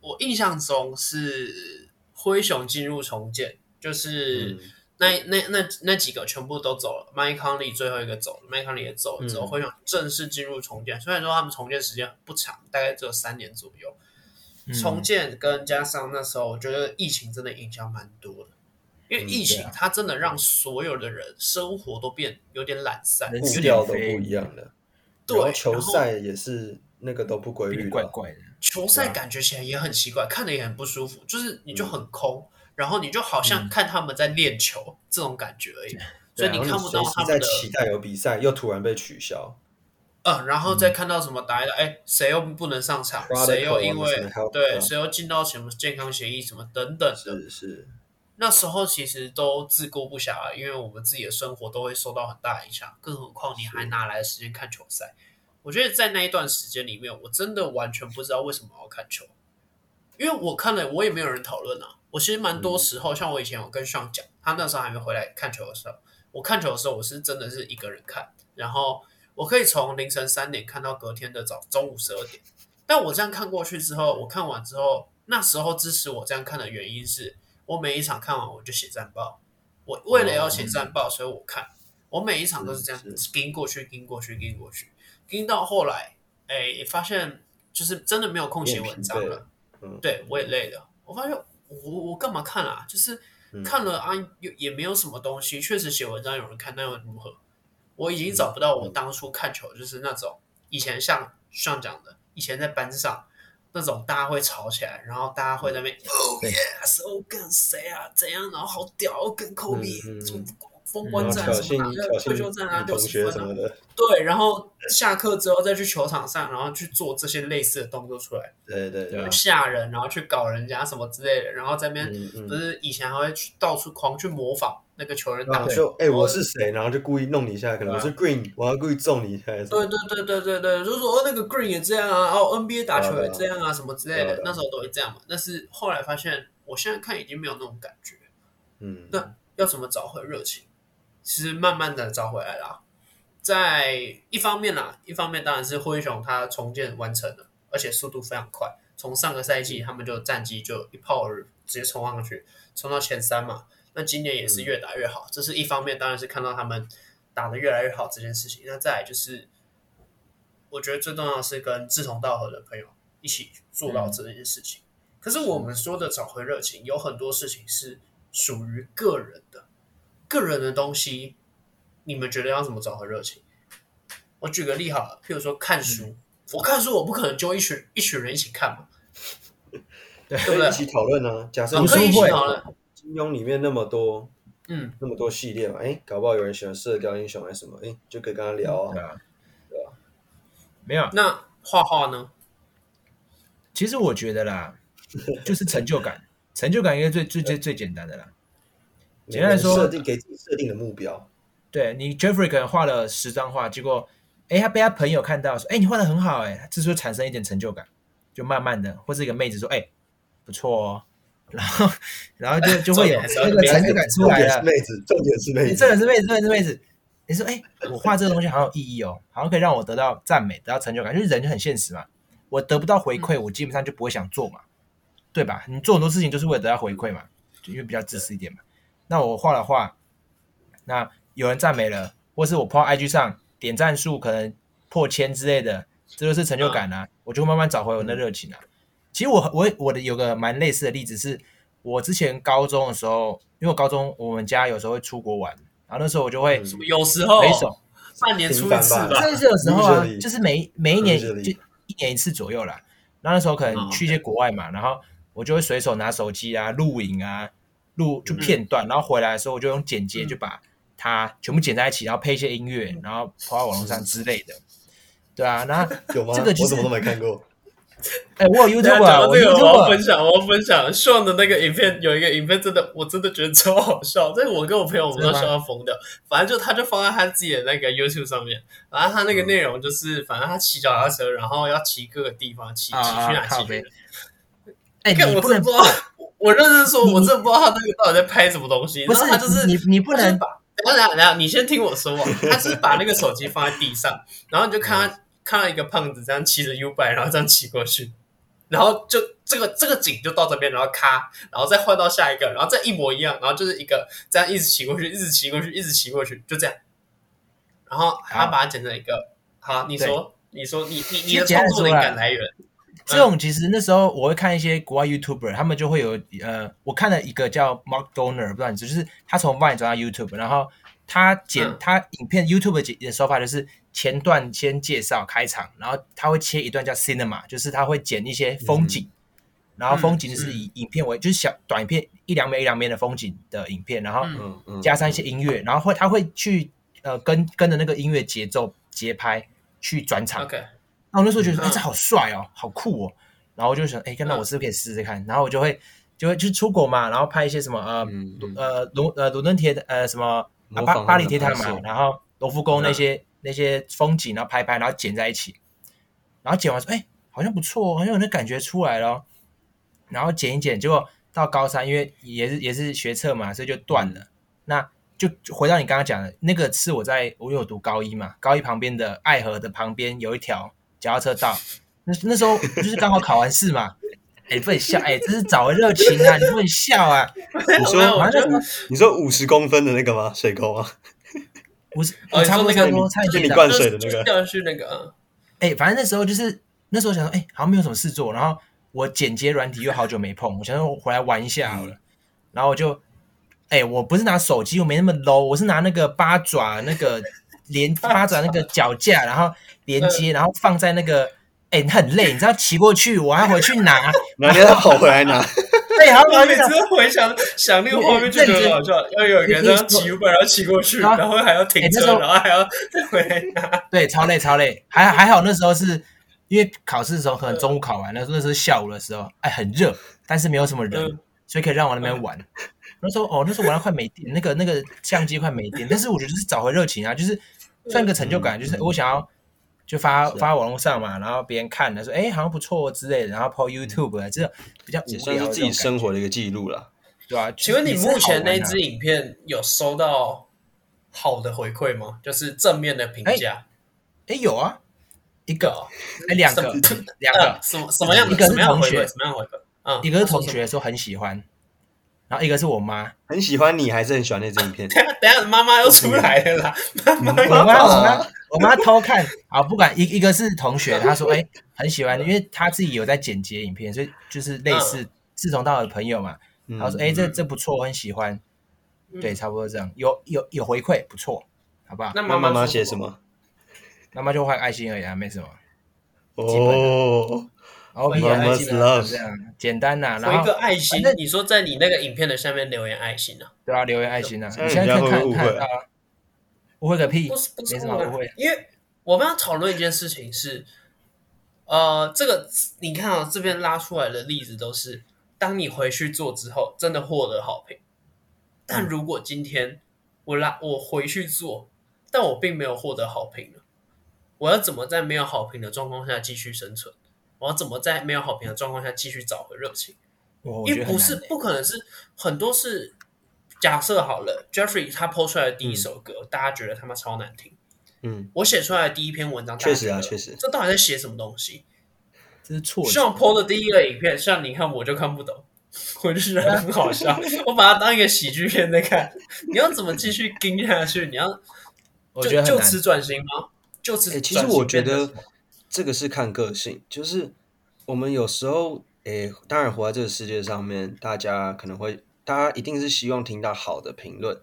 C: 我印象中是灰熊进入重建，就是。
B: 嗯
C: 那那那那几个全部都走了，Mike Conley 最后一个走了，Mike Conley 也走了之后，
B: 嗯
C: 灰熊正式进入重建。虽然说他们重建时间不长，大概只有三年左右，
A: 嗯
C: 重建跟加上那时候，我觉得疫情真的影响蛮多的，因为
B: 嗯
A: 对
C: 疫情
A: 啊
C: 它真的让所有的人生活都变有点懒散，
A: 人
B: 步
A: 是
B: 调都不一样的，
C: 对
B: 然后球
C: 然后
B: 赛也是那个都不规
A: 有
B: 律
A: 点
B: 的
A: 怪
B: 啊，
A: 怪的。
C: 球赛感觉起来也很奇怪，看的也很不舒服，就是你就很空，然后你就好像看他们在练球、这种感觉而已，所
A: 对
C: 以你
A: 啊
C: 看不到
B: 随时
C: 他
B: 在
C: 们的
B: 期待有比赛，又突然被取消，
C: 嗯，然后再看到什么打一打，哎，谁又不能上场，
B: Product
C: 谁又因
B: owner 什
C: 为
B: 么 health
C: 对，
B: plan
C: 谁又进到什么健康协议什么等等的，
B: 是是，
C: 那时候其实都自顾不暇，因为我们自己的生活都会受到很大的影响，更何况你还哪来的时间看球赛？我觉得在那一段时间里面，我真的完全不知道为什么要看球，因为我看了，我也没有人讨论啊。我其实蛮
B: 嗯
C: 多时候，像我以前有跟上讲，他那时候还没回来看球的时候，我看球的时候，我是真的是一个人看，然后我可以从凌晨三点看到隔天的早中午十二点。但我这样看过去之后，我看完之后，那时候支持我这样看的原因是，我每一场看完我就写战报，我为了要写战报，所以我看，我每一场都是这样
B: 哦是
C: 盯过去，盯过去，盯过去，盯到后来，哎，发现就是真的没有空写文章
B: 有点疲惫
C: 了
B: 了。嗯，
C: 对我也累了。我发现我我干嘛看啊？就是
B: 嗯
C: 看了啊，也也没有什么东西。确实写文章有人看，那又如何？我已经找不到
B: 嗯
C: 我当初看球就是那种以前像上讲的，以前在班上那种大家会吵起来，然后大家会在
B: 嗯
C: 那边 Oh
A: 对
C: yes，哦跟谁啊怎样，然后好屌，哦跟科比
B: 嗯嗯嗯
C: 什么封
B: 然
C: 关
B: 后
C: 战
B: 挑
C: 什
B: 衅
C: 么
B: 挑
C: 的，退休
B: 衅
C: 战啊
B: 女
C: 六
B: 同
C: 十
B: 学
C: 分
B: 什
C: 啊
B: 么的，
C: 对，然后下课之后再去球场上，然后去做这些类似的动作出来。
B: 对对
A: 对啊
C: 吓人，然后去搞人家什么之类的，然后在那边、
B: 嗯嗯
C: 不是以前还会去到处狂去模仿那个球员
B: 然
C: 打
B: 后
C: 球，
B: 就哎、我是谁，然后就故意弄你一下，可能我是 Green，我要故意揍你一下，还是什么
C: 啊对对对对对对，就是说哦那个 Green 也这样啊，哦 NBA 打球也这样啊，什么之类
B: 对啊
C: 的
B: 对啊，
C: 那时候都会这样嘛。但是后来发现，我现在看已经没有那种感觉，
B: 嗯，
C: 那要怎么找回热情？其实慢慢的找回来啦。在一方面啦，一方面当然是灰熊它重建完成了，而且速度非常快。从上个赛季他们就战绩就一炮而直接冲上去，冲到前三嘛。那今年也是越打越好，这是一方面，当然是看到他们打得越来越好这件事情。那再来就是，我我觉得最重要的是跟志同道合的朋友一起做到这件事情。可是我们说的找回热情，有很多事情是属于个人的，个人的东西，你们觉得要怎么找回热情？我举个例好了，譬如说看书，
B: 嗯
C: 我看书我不可能就一群一群人一起看嘛，
B: 对
C: 不对
B: 一起讨论啊。假设
C: 我们可以一起讨论，
B: 金庸里面那么多
C: 嗯，
B: 那么多系列嘛，哎，搞不好有人喜欢射雕英雄还是什么，哎，就可以跟他聊啊
A: 对。啊，没有，啊
C: 那画画呢？
A: 其实我觉得 啦，就是成就感，成就感应该最最最最简单的啦。简单来说
B: 每个人设定给自己设定的目标，
A: 对你，Jeffrey 可能画了十张画，结果，哎，他被他朋友看到说，哎，你画的很好，哎，这时候产生一点成就感，就慢慢的，或是一个妹子说，哎，不错哦，然后，然后就就会有
C: 重点还是要
A: 那个成就哎感出来啊了。哎
B: 重点是妹子，重点是妹
A: 你
B: 子
A: 真，的是妹子，真的是妹子，你说，哎，我画这个东西好有意义哦，好像可以让我得到赞美，得到成就感，就是人就很现实嘛，我得不到回馈，我基本上就不会想做嘛，对吧？你做很多事情就是为了得到回馈嘛，就因为比较自私一点嘛。那我画了画，那有人赞美了，或是我 po 到 IG 上点赞数可能破千之类的，这就是成就感啊，我就会慢慢找回我的热情啊。其实我我我的有个蛮类似的例子是，我之前高中的时候，因为我高中我们家有时候会出国玩，然后那时候我就会
B: 嗯
C: 有时候
A: 每一首
C: 半年出一次
B: 平凡吧
C: 哦吧，
A: 真的是有时候啊
B: Usually，
A: 就是每每一年
B: Usually
A: 就一年一次左右啦。然后那时候可
C: 嗯
A: 能去一些国外嘛，然后我就会随手拿手机啊录影啊录就片段，然后回来的时候我就用剪接
C: 嗯
A: 就把它全部剪在一起，然后配一些音乐，然后抛到网络上之类的。对啊，然后
B: 有吗？
A: 这个就是
B: 我怎么都没看过。
A: 哎，我 有 YouTube 啊，
C: 讲到
A: 我
C: 这
A: 有
C: 个，我要
A: YouTube
C: 分享，我要分享 Sean 的那个影片，有一个影片真的，我真的觉得超好笑。这个我跟我朋友，我们都
A: 真的吗
C: 笑到疯掉。反正就他就放在他自己的那个 YouTube 上面，然后他那个内容就是，反正他骑脚踏车，然后要骑各个地方，骑骑
A: 啊啊
C: 去哪
A: 靠
C: 骑去
A: 北
C: 哪。
A: 哎，
C: 看
A: 你
C: 我
A: 不
C: 真
A: 能
C: 的不知道，我我认真说，
A: 你
C: 我真的不知道他那个到底在拍什么东西。
A: 不
C: 然后他就是
A: 是你你不
C: 他就是
A: 能
C: 把等一下等一下等一下，你先听我说完。 他是把那个手机放在地上，然后你就看
B: 嗯
C: 他看到一个胖子这样骑着 U 拜，然后这样骑过去，然后就这个这个景就到这边，然后咔，然后再换到下一个，然后再一模一样，然后就是一个这样一直骑过去，一直骑过去，一直骑过去，就这样。然后他
A: 好
C: 把它剪成一个，好，你
A: 对
C: 说你说你你你
A: 其实
C: 的创作
A: 简单说
C: 灵
B: 啊
A: 啦
C: 感来源，
A: 这种其实那时候我会看一些国外 YouTuber，他们就会有呃，我看了一个叫 Mark Donner，不知道你知，就是他从 Vine 转到 YouTube，然后他剪、
C: 嗯
A: 他影片 YouTube 剪的手法就是前段先介绍开场，然后他会切一段叫 Cinema，就是他会剪一些风
C: 嗯
A: 景，然后风景就是以影片为，就是小短片一两秒一两秒的风景的影片，然后
C: 嗯
B: 嗯嗯，
A: 加上一些音乐，然后会他会去呃跟跟着那个音乐节奏节拍去转
B: 嗯
A: 场。
C: ，OK，
A: 然后我那时候觉得，哎、
C: 嗯
A: 这好帅哦，好酷哦。然后我就想，哎，看到
C: 嗯
A: 我是不是可以试试看？然后我就会就会去出国嘛，然后拍一些什么呃、
B: 嗯嗯
A: 呃伦呃伦敦铁呃什么啊
B: 模
A: 巴
B: 仿
A: 巴
B: 他们的
A: 黎铁塔
B: 拍
A: 嘛
B: 摄，啊
A: 然后罗浮宫那
C: 嗯
A: 些、那些风景，然后拍一拍，然后剪在一起，然后剪完说，哎，好像不错、哦，好像有那感觉出来了哦。然后剪一剪，结果到高三，因为也是也是学测嘛，所以就断
B: 嗯
A: 了。那就就回到你刚刚讲的那个，是我在我有读高一嘛，高一旁边的爱河的旁边有一条脚踏车 道，那那时候就是刚好考完试嘛。哎、不能笑！哎、这是找回热情啊！你不能笑啊！
B: 你
C: 没有
B: 说
A: 好像那时候
B: 你说五十公分的那个吗？水沟吗？
A: 我是
C: 哦
A: 我差不多
C: 你说那
A: 差
C: 个
A: 不多差一
B: 就
A: 点
B: 你
A: 讲
B: 灌水的
C: 就
B: 那
C: 就
B: 个
C: 掉下去那个，嗯
A: 哎、反正那时候就是那时候想说，哎、好像没有什么事做，然后我剪接软体又好久没碰，我想说我回来玩一下好了，然后我就，哎、我不是拿手机，我没那么 low，我是拿那个八爪那个连八爪那嗯个脚架，然后连接，然后放在那个。哎、你很累，你知道骑过去，我还回去拿，
B: 然后你要跑回来拿，
A: 对， 还要
C: 我
A: 跑
C: 每
A: 去拿，
C: 次回想想那个画面，就觉得好笑。要有一个人这样骑 u b 然后骑过去，
A: 啊
C: 然后还要停
A: 哎那时
C: 车，
A: 候
C: 然后还要再回来拿。
A: 对，超累超累，还还好那时候是因为考试的时候可能中午考完，那时候那时候下午的时候，哎很热，但是没有什么人，
C: 嗯
A: 所以可以让我那边玩。那时候哦，那时候玩到快没电，那个那个相机快没电，但是我觉得就是找回热情啊，就是算一个成就感，就是我想要就发
B: 是啊
A: 发网络上嘛，然后别人看了说哎好像不错之类的，然后 po YouTube 啊，这种比较
B: 也
A: 无
B: 算
A: 聊
B: 是
A: 的
B: 自
A: 这
B: 己
A: 种感
B: 生活的一个记录啦。
A: 觉，对啊。
C: 请问你
A: 也是
C: 目前
A: 好玩
C: 那
A: 啊
C: 支影片有收到好的回馈吗？就是正面的评价？
A: 哎有啊，一
C: 一个
A: 个
C: 哦，
A: 哎两个
C: 什
A: 两
C: 呃
A: 个，
C: 什么什么样的
A: 一个是
C: 什么样的
A: 同
C: 回馈？
A: 学
C: 什么样的回馈？嗯，
A: 一个是
C: 他说
A: 同
C: 什么。
A: 学说很喜欢，然后一个是我妈。
B: 很喜欢你，还是很喜欢那支影片？
C: 等一下，等一下，妈妈又出来了啦！妈妈
A: 我妈，我
C: 又
A: 妈，我妈偷看啊，不管一一个是同学，她说哎、很喜欢，因为她自己有在剪接影片，所以就是类
C: 嗯
A: 似志同道合的朋友嘛。
B: 嗯
A: 她说哎、这这不错，我很喜欢。
C: 嗯
A: 对，差不多这样，有有有回馈，不错，好不好？
C: 那
B: 嗯那
C: 妈
B: 妈妈
C: 说
B: 写什？么？
A: 那妈就画个爱心而已啊，没什么。基本
B: 哦，
A: 然后 P 啊，
B: Mama's
A: 基本上
B: love
A: 是这样简单呐、
C: 回
A: 然
C: 一
A: 后
C: 个爱
A: 反
C: 心
A: 正，
C: 你说在你那个影片的下面留言爱心啊？
A: 对啊，留言爱心呐、啊，
B: 这样
A: 你现在
B: 人
A: 可
B: 家
A: 以
B: 会
A: 看看
B: 不会误会
A: 得到啊，误会个屁
C: 不，是不是
A: 没什么
C: 我
A: 好误会。啊
C: 因为我们要讨论一件事情是，呃，这个你看啊，这边拉出来的例子都是，当你回去做之后，真的获得好评。但
A: 嗯
C: 如果今天我拉我回去做，但我并没有获得好评了，我要怎么在没有好评的状况下继续生存？我要怎么在没有好评的状况下继续找回热情？
A: 我哦我
C: 因
A: 觉
C: 为
A: 得
C: 不
A: 很
C: 是
A: 难。欸
C: 不可能是很多是假设好了，Jeffrey 他 PO 出来
A: 嗯
C: 的第一首歌，大家觉得他妈超难听。
B: 嗯，
C: 我写出来的第一篇文章，
B: 确实啊
C: 大家觉得
B: 确实
C: 这到底在写什么东西？
A: 这是错觉。
C: 像 PO 的第一个影片，像你看我就看不懂，我就觉得很 好笑，我把它当一个喜剧片在看。你要怎么继续盯下去？你要
A: 我
C: 就
A: 觉得很
C: 就
A: 难
C: 此。转型吗？就此
B: 诶哎
C: 转型变成
B: 其
C: 什
B: 实
C: 么、
B: 我觉得这个是看个性，就是我们有时候，诶，当然活在这个世界上面，大家可能会，大家一定是希望听到好的评论，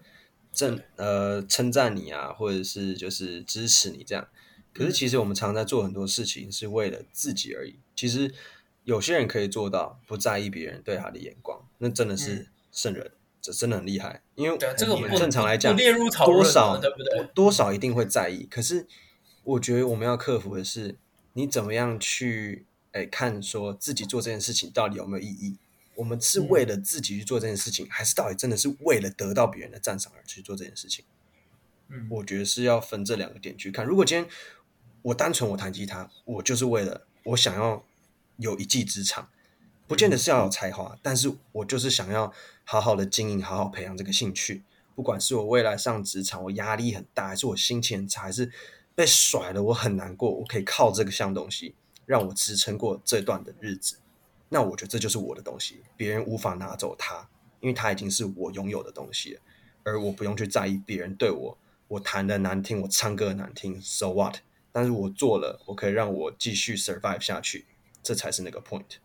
B: 正呃称赞你啊，或者是就是支持你这样。
C: 嗯
B: 可是其实我们常在做很多事情是为了自己而已。其实有些人可以做到不在意别人对他的眼光，那真的是圣人，这真的很厉害。因为
C: 嗯对啊这个不
B: 正常来讲
C: 不列入讨论
B: 多
C: 嘛
B: 少
C: 对不对？
B: 多少一定会在意。可是我觉得我们要克服的是，你怎么样去哎看说自己做这件事情到底有没有意义？我们
C: 嗯
B: 是为了自己去做这件事情，还是到底真的是为了得到别人的赞赏而去做这件事情？
C: 嗯
B: 我觉得是要分这两个点去看。如果今天我单纯我弹吉他，我就是为了我想要有一技之长，不见得是要有才华，但是我就是想要好好的经营，好好培养这个兴趣。不管是我未来上职场，我压力很大，还是我心情很差，还是被甩了，我很难过，我可以靠这个项东西让我支撑过这段的日子。那我觉得这就是我的东西，别人无法拿走它，因为它已经是我拥有的东西了，而我不用去在意别人对我，我弹的难听，我唱歌的难听，so what？但是我做了，我可以让我继续 survive 下去，这才是那个 point。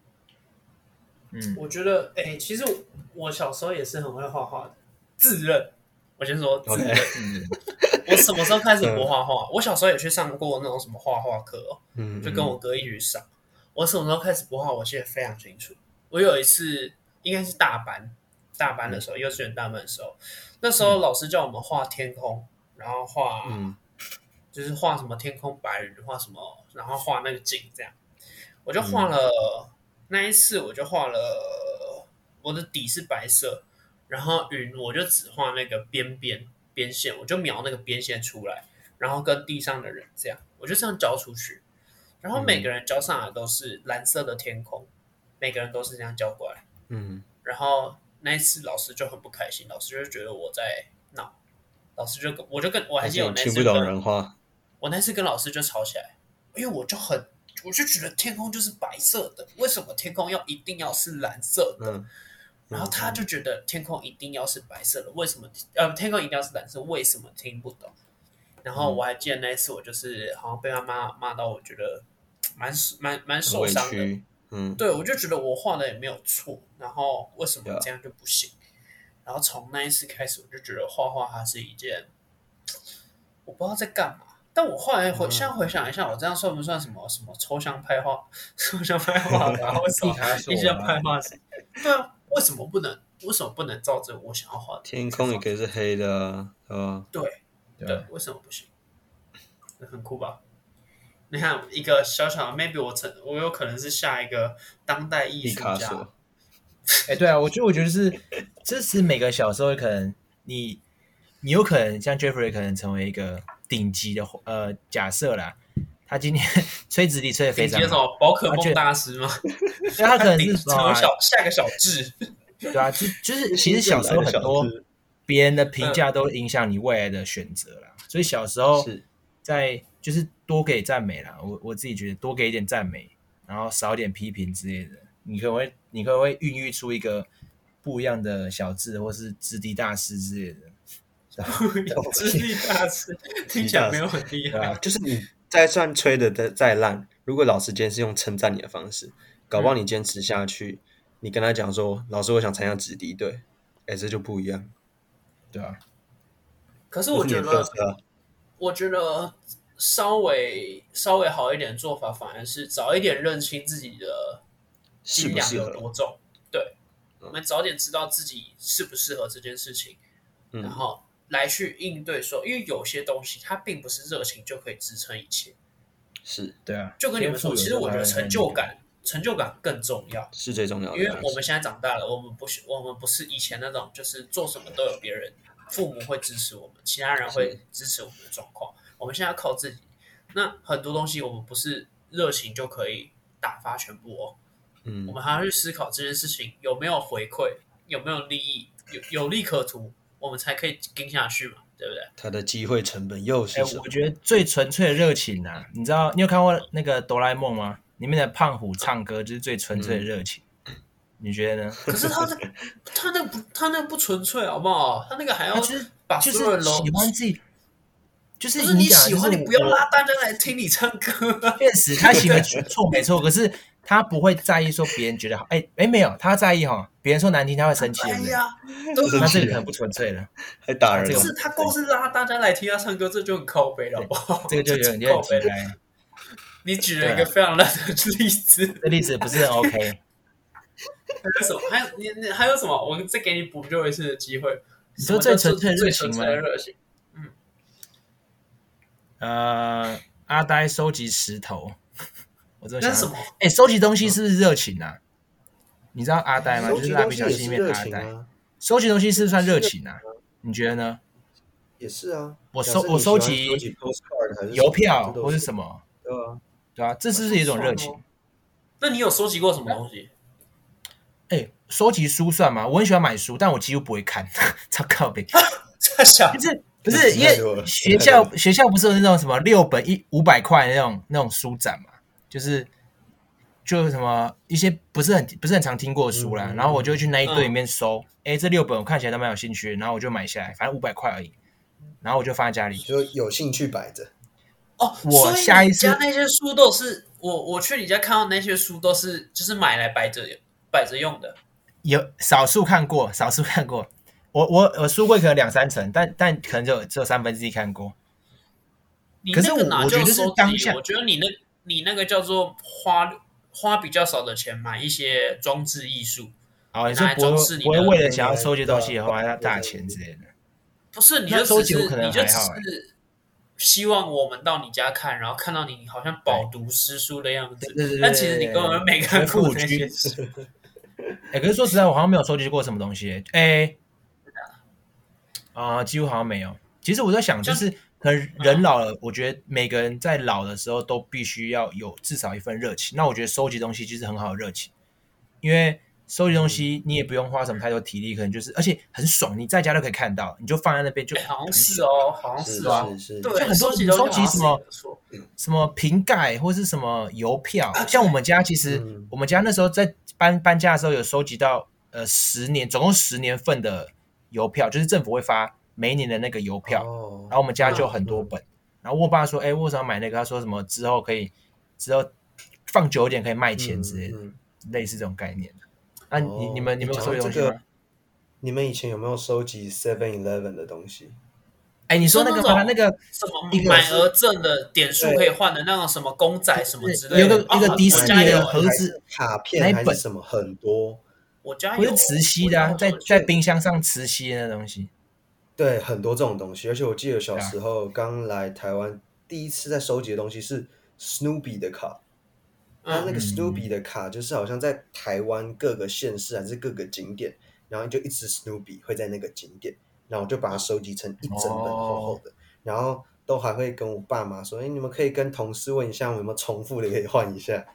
A: 嗯，
C: 我觉得，哎、其实我我小时候也是很会画画的，自认。我先说自
B: OK，
C: 认
A: 嗯
C: 我什么时候 开始不画画？我小时候也去上过那种什么画画课、哦，
B: 嗯，
C: 就跟我哥一起去上。我什么时候开始不画，我记得非常清楚。我有一次应该是大班，大班的时候，
B: 嗯
C: 幼稚园大班的时候，那时候老师叫我们画天空，然后画、
B: 嗯
C: 就是画什么天空白云，画什么，然后画那个景这样。我就
B: 嗯
C: 画了、那一次，我就画了我的底是白色，然后云我就只画那个边边边线，我就描那个边线出来，然后跟地上的人这样，我就这样交出去。然后
B: 嗯
C: 每个人交上来都是蓝色的天空，每个人都是这样交过来。
B: 嗯
C: 然后那一次老师就很不开心，老师就觉得我在闹，老师就跟我就跟我还记得我那次
B: 听不懂
C: 跟
B: 人话，
C: 我那次跟老师就吵起来，因为我就很，我就觉得天空就是白色的，为什么天空要一定要是蓝色的？
B: 嗯
C: 然后他就觉得天空一定要是白色的，为什么？呃，天空一定要是蓝色，为什么听不懂？
B: 嗯
C: 然后我还记得那一次，我就是好像被他妈骂到，我觉得蛮蛮
B: 很
C: 蛮受
B: 委
C: 伤的。
B: 屈，嗯，
C: 对，我就觉得我画的也没有错，然后为什么
B: Yeah.
C: 这样就不行？然后从那一次开始，我就觉得画画它是一件，我不知道在干嘛。但我后来回、
B: 嗯
C: 现在回想一下，我这样算不算什么什么抽象派画？抽象派画的啊，然后 为什么
A: 他说
C: 一些
A: 啊
C: 派画是？对啊，为什么不能？为什么不能照着我想要画的？
B: 天空也可以是黑的啊，是吧？
C: 对
A: 对
B: 啊
C: 对，为什么不行？很酷吧？你看一个小小的，maybe 我成我有可能是下一个当代艺
B: 毕
C: 术
B: 卡
C: 家。
B: 索，
A: 哎、对啊，我觉得我觉得是，这是每个小时候可能你你有可能像 Jeffrey 可能成为一个顶级的呃假设啦，他今天 吹直笛吹的非
C: 顶级
A: 常
C: 的什
A: 好，
C: 么宝可
A: 而且
C: 梦大师吗？
A: 所以他可能
C: 顶
A: 是哦
C: 成为小下个小智，
A: 对啊，就就是其实小时候很多
B: 新进来的小智
A: 别人的评价都影响你未来的选择啦，所以小时
C: 哦
A: 候
B: 是
A: 在就是多给赞美啦，我我自己觉得多给一点赞美，然后少一点批评之类的，你可能会你可能会孕育出一个不一样的小智或是直笛大师之类的。
C: 资历大师 听起来没有很厉
B: 对
C: 害
B: 啊，
D: 就是你再算吹的再再烂，如果老师今天是用称赞你的方式，搞不
C: 嗯
D: 好你坚持下去，你跟他讲说，老师我想参加子弟队，哎，这就不一样。
A: 对啊，
C: 可是
D: 这是
C: 我
D: 你
C: 觉
D: 的特
C: 得，
D: 色啊，
C: 我觉得稍微稍微好一点的做法，反而是早一点认清自己的
D: 适
C: 剂
D: 不
C: 量
D: 适
C: 有
D: 合？
C: 多重。对，
D: 嗯
C: 我们早点知道自己适不适合这件事情，
D: 嗯
C: 然后来去应对说，因为有些东西它并不是热情就可以支撑一切。
D: 是
A: 对啊，
C: 就跟你们说，其
A: 天赋有时
C: 实
A: 候
C: 我觉得
A: 还很
C: 成就感，成就感更重要。
D: 是最重要的
C: 因为
D: 东西，
C: 我们现在长大了，我们不是我们不是以前那种就是做什么都有别人，父母会支持我们，其他人会支持我们的状况。我们现在要靠自己，那很多东西我们不是热情就可以打发全部哦，我
D: 嗯
C: 们还要去思考这件事情有没有回馈，有没有利益，有有利可图，我们才可以跟下去嘛，对不对？
D: 他的机会成本又
A: 哎、
D: 是什么
A: 我？觉得最纯粹的热情啊，你知道你有看过那个哆啦 A 梦吗？里面的胖虎唱歌就是最纯粹的热情，
C: 嗯
A: 你觉得呢？
C: 可是他那 他那不他那不纯粹好不好？他那个还要
A: 他就是
C: 把
A: 啊就
C: 所有
A: 是
C: 人拢
A: 喜欢自己，就
C: 不
A: 是
C: 是你
A: 讲的
C: 喜欢，
A: 就
C: 你
A: 是
C: 不要
A: 我
C: 拉大家来听你唱歌啊。
A: 确实，他行为举错没错，可是他不会在意说别人觉得好，哎、哎、没有，他在意哈，别人说难听他会生气，
C: 哎
A: 对不对？
C: 呀，都
A: 那
C: 是
A: 这个可能不纯粹了，
D: 还打人
A: 这
D: 了
A: 个
C: 是他光是拉大家来听他唱歌，这就很靠背了，好不好？
A: 这个 就有点有点啊
C: 很靠
A: 奇
C: 背。
A: 怪。
C: 你举了一个非常烂的例子，
A: 这例子不是很 OK，
C: 还有什么？还有你你还有什么？我再给你补救一次的机会。
A: 你说最纯粹的
C: 最
A: 热情
C: 纯
A: 吗
C: 粹的热情，
A: 呃，阿呆收集石头，我真的想
C: 那是什么？
A: 哎、收集东西是不是热情啊？你知道阿呆吗？就
B: 收
A: 是
B: 集
A: 蜡
B: 东
A: 笔
B: 西
A: 小
B: 也
A: 新里
B: 是
A: 面
B: 热
A: 的阿
B: 情
A: 呆。
B: 啊，
A: 收集东西是不是算热情啊？你觉得呢？
B: 也是啊。
A: 我
B: 假
A: 收
B: 设
A: 我
B: 你
A: 收
B: 喜欢
A: 集
B: 收集 postcard 还是
A: 邮票
B: 什么
A: 或是什么？
B: 这都对啊，
A: 对啊，这是不是一种热情？
C: 那你有收集过什么东西？
A: 哎、收集书算吗？我很喜欢买书，但我几乎不会看， 超靠北。
C: 在想
A: 不是不
D: 这
A: 是，
D: 太
A: 因为
D: 多了
A: 学
D: 太多
A: 校学校不是有那种什么六本一五百块的那种那种书展嘛，就是就是什么一些不是很不是很常听过的书啦，
B: 嗯
A: 然后我就去那一堆里面搜，哎、这六本我看起来都蛮有兴趣的，然后我就买下来，反正五百块而已，然后我就放在家里。
D: 就有兴趣摆着，
C: 哦，
A: 我
C: 所以
A: 下一
C: 你
A: 次
C: 家那些书都是我我去你家看到那些书都是就是买来摆着摆着用的。
A: 有少数看过，少数看过，我我我书柜可能两三层，但但可能只有只有三分之一看过。
C: 你
A: 可是
C: 那个
A: 我
C: 哪
A: 我觉
C: 叫
A: 得是
C: 收
A: 当
C: 集？
A: 下
C: 我觉得你那你那个叫做花花比较少的钱买一些装置艺术，
A: 哦，你
C: 拿
A: 说
C: 来
A: 不会
C: 装饰你
A: 不会
C: 的
A: 为了想
B: 那
A: 要
B: 个
A: 收集东西
B: 对
A: 而
B: 啊
A: 花大大
B: 对
A: 钱之类的。
C: 不是你
A: 那
C: 就
A: 收
C: 只
A: 集
C: 是
A: 我可能
C: 你就
A: 还
C: 只
A: 好欸
C: 是希望我们到你家看，然后看到你好像饱读诗书的样子，
A: 对对对
C: 但其实你根本没看过那些书。
A: 哎、可是说实在，我好像没有收集过什么东西、欸。哎、啊、几乎好像没有。其实我在想，就是可能人老
C: 嗯
A: 了，我觉得每个人在老的时候都必须要有至少一份热情。那我觉得收集东西就是很好的热情，因为收集东
C: 嗯
A: 西你也不用花什么太多体力，可能就是而且很爽，你在家都可以看到，你就放在那边就
C: 哎好
A: 很
C: 像是哦，好
A: 啊
C: 像
B: 是
C: 是哦，
B: 是是，
A: 就很
C: 对，
A: 多
C: 集
A: 你
C: 都
A: 收
C: 是
A: 集
C: 好
A: 什
C: 像是
A: 么
C: 没有啊错
A: 什么瓶盖或是什么邮票，像我们家其实、
B: 啊嗯
A: 我们家那时候在搬搬家的时候有收集到呃十年总共十年份的邮票，就是政府会发每一年的那个邮票，
B: 哦嗯
A: 然，后我们家就很多本。然后我爸说：“哎、我为什么要买那个？”他说：“什么之后可以之后放久一点可以卖钱之类的，
B: 嗯嗯
A: 类似这种概念。”啊，你
B: 哦
A: 你们你们有
B: 讲
A: 收集
B: 到
A: 东西
B: 这个
A: 吗？
B: 你们以前有没有收集 Seven Eleven 的东西？
A: 哎、你说那个
C: 就那
B: 哦
A: 吗？
C: 种
A: 那个
C: 什么
A: 一个
C: 买
A: 是
C: 额赠的点数
B: 对
C: 可以换的那种什么公仔什么之类
A: 有
C: 的，
A: 个一个
C: 哦
A: 迪士
C: 我家
A: 尼
C: 也有
A: 的
C: 欸
A: 盒子，
B: 卡
A: 哪
B: 片
A: 一
B: 还
A: 本
B: 是什么？很多，
C: 我家
A: 不
C: 有
A: 是磁吸的、
B: 哎
A: 啊，
C: 我家
A: 在
C: 有
A: 在冰箱上磁吸的那东西。
B: 对，很多这种东西。而且我记得小
A: 对啊
B: 时候刚来台湾，第一次在收集的东西是 Snoopy 的卡。它那
C: 嗯
A: 嗯
B: 个 Snoopy 的卡就是好像在台湾各个县市还是各个景点，然后你就一直 Snoopy 会在那个景点，然后我就把它收集成一整本厚
A: 哦
B: 厚的，然后都还会跟我爸妈说，哎，你们可以跟同事问一下，我们有没有重复的可以换一下。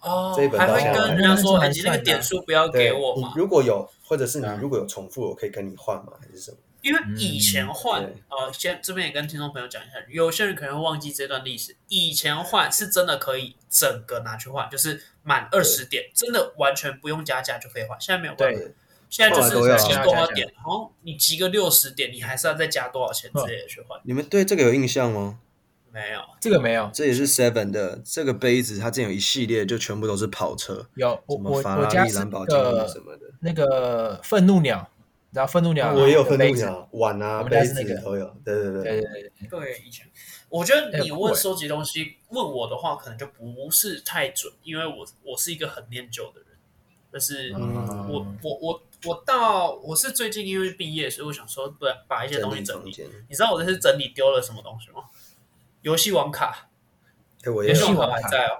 C: 哦，
B: 这一本
C: 还
B: 到
C: 会
B: 现在
C: 跟
B: 还
C: 人家
A: 是
C: 说，
A: 蛮
C: 哎你那个
A: 算的啊
C: 点数不要
B: 对
C: 给我
B: 你
C: 嘛，
B: 如果有，或者是你
A: 对啊
B: 如果有重复，我可以跟你换吗？还是什么？
C: 因为以前换
B: 嗯，
C: 呃，先这边也跟听众朋友讲一下，有些人可能会忘记这段历史。以前换是真的可以整个拿去换，就是满二十点，真的完全不用加价就可以换。现在没有办法，
A: 对
C: 现在就是
D: 后来都要
C: 集
A: 加
C: 多少
A: 加加
C: 点，然后你集个六十点，你还是要再加多少钱之类的去换？
D: 你们对这个有印象吗？
C: 没有，
A: 这个没有，
D: 这也是 Seven 的这个杯子，它之前有一系列就全部都是跑车，
A: 有我
D: 什
A: 我
D: 么法
A: 我
D: 拉
A: 家
D: 利、
A: 是
D: 兰
A: 那
D: 博基尼
A: 个
D: 什么的。
A: 那个愤怒鸟，你知道愤怒鸟？
B: 我也有分
A: 啊杯
B: 路
A: 子，
B: 鸟碗啊、
A: 我们
B: 杯
A: 家是
B: 子
A: 那个
B: 都有，对
A: 对
B: 对对，
A: 对对，
C: 对，以前我觉得
A: 哎
C: 你
A: 不会
C: 问收集东西问我的话，可能就不是太准，因为我我是一个很念旧的人，但是
A: 嗯
C: 我我我我到我是最近因为毕业，所以我想说把把一些东西整
D: 房
C: 理。
D: 间，
C: 你知道我这次整理丢了什么东西吗？游戏王卡，
B: 哎，我也
A: 游
C: 游戏
A: 戏
B: 有
A: 王
C: 王卡还在哦。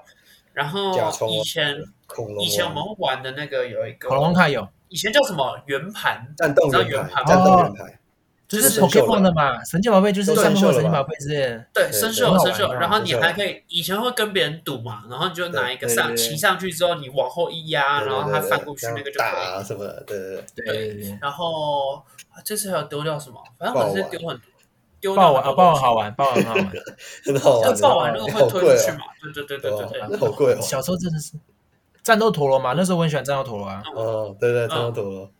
C: 然
B: 甲
C: 后
B: 虫王
C: 以前
B: 恐龙
C: 以前我们
B: 王、
C: 会玩的那个有一个
A: 恐龙卡有，
C: 以前叫什么圆盘，
B: 战斗
C: 你知道
B: 圆
C: 圆
B: 牌
A: 吗
C: 盘、
B: 战斗圆牌，
A: 就
C: 就是是
A: Pokemon 的嘛，神奇宝贝就是
B: 都
A: 上面会有
B: 生锈了
A: 神奇
B: 吧
A: 宝贝之类的。
C: 对，
B: 对
C: 生
A: 很
C: 锈
A: 好
C: 生锈，
A: 玩
C: 然后
B: 很
C: 你
B: 好
C: 还
B: 玩
C: 可以以前会跟别人赌嘛，然后你就拿一个
B: 对
C: 上
A: 对对
C: 骑上去之后，你往后一压，
B: 对
C: 啊然后
B: 对
C: 它
B: 对
C: 翻过去
B: 这样
C: 那个就可
B: 打
C: 以。
B: 啊什么的，对对 对，
A: 对对对，
C: 然后啊这次还有丢掉什么？反正我是丢很多，丢
A: 爆
C: 掉
A: 玩啊，
C: 很多
A: 爆
C: 东
A: 玩
C: 西
A: 好。玩，爆玩好 玩。
B: 很好玩
C: 就
B: 的，
C: 爆完那个会
B: 哦好
C: 推
B: 贵
C: 出去
B: 哦，
C: 嘛？对对对对对
B: 哦
C: 对。
B: 那好贵哦，
A: 小时候真的是战斗陀螺嘛，那时候我很喜欢战斗陀螺啊，
C: 嗯
B: 哦，对对，差不多，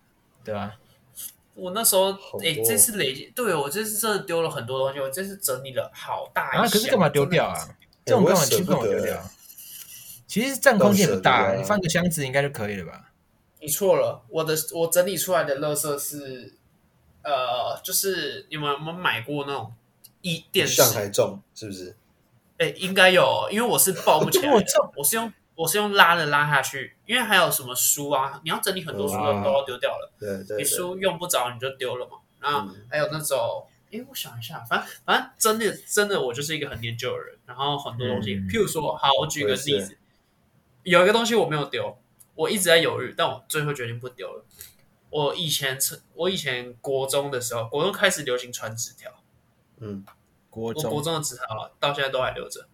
A: 对吧？
C: 我那时候
B: 好
C: 哎，
B: 多
C: 这次累积，对我这次真的丢了很多东西，我这次整理了好大一
A: 啊，可是干嘛
C: 箱
A: 丢
C: 真的
A: 掉啊？这种
B: 哎我
A: 干
B: 也
A: 嘛
B: 舍
A: 去
B: 不
A: 干嘛
B: 得
A: 丢掉？啊其实占空间也不
B: 都舍
A: 大，
B: 不得啊
A: 你放个箱子应该就可以了吧？
C: 你错了，我的我整理出来的垃圾是，呃，就是你们有没有买过那种一电视
B: 上？海重是不是？
C: 哎、应该有，因为我是抱不起来
A: 我
C: 的
A: 这，
C: 我是用我是用拉的拉下去，因为还有什么书啊，你要整理很多书
A: 哇
C: 都要丢掉了，
B: 对对
C: 你
B: 对，
C: 书用不着你就丢了嘛。啊，
B: 嗯
C: 还有那种，哎、我想一下，反正反正真的真的，我就是一个很念旧的人，然后很多东西，
A: 嗯
C: 譬如说，好，我举
B: 我
C: 个
B: 也是
C: 例子，有一个东西我没有丢，我一直在犹豫，但我最后决定不丢了。我以前是，我以前国中的时候，国中开始流行传纸条，
B: 嗯，
A: 国
C: 我国
A: 中
C: 中的纸条到现在都还留着，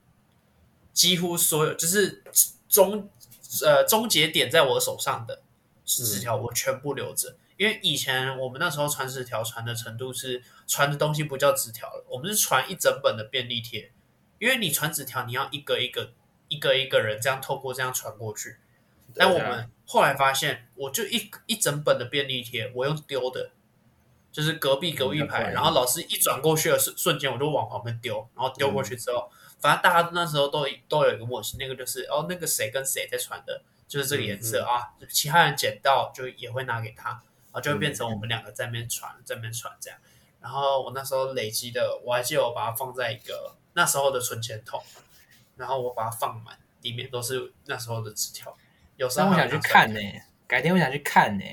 C: 几乎所有就是终呃终结点在我手上的
A: 嗯
C: 纸条，我全部留着。因为以前我们那时候传纸条传的程度是传的东西不叫纸条了，我们是传一整本的便利贴。因为你传纸条，你要一个一个、一个一个人这样透过这样传过去。哎但我
A: 啊
C: 们后来发现，我就一一整本的便利贴，我用丢的，就是隔壁隔壁
A: 嗯那不
C: 排，
A: 然
C: 然后老师一转过去的瞬瞬间，我就往旁边丢，然后丢过去之后，反正大家那时候都都有一个默契，那个就是哦，那个谁跟谁在传的，就是这个颜
A: 嗯
C: 色啊，其他人捡到就也会拿给他，然后就会变
A: 嗯
C: 成我们两个在那边传，在那边传这样。然后我那时候累积的，我还记得我把它放在一个那时候的存钱筒，然后我把它放满，里面都是那时候的纸条。有时
A: 但
C: 候
A: 我
C: 还
A: 想去
C: 有拿出来
A: 看呢，改天我想去看呢。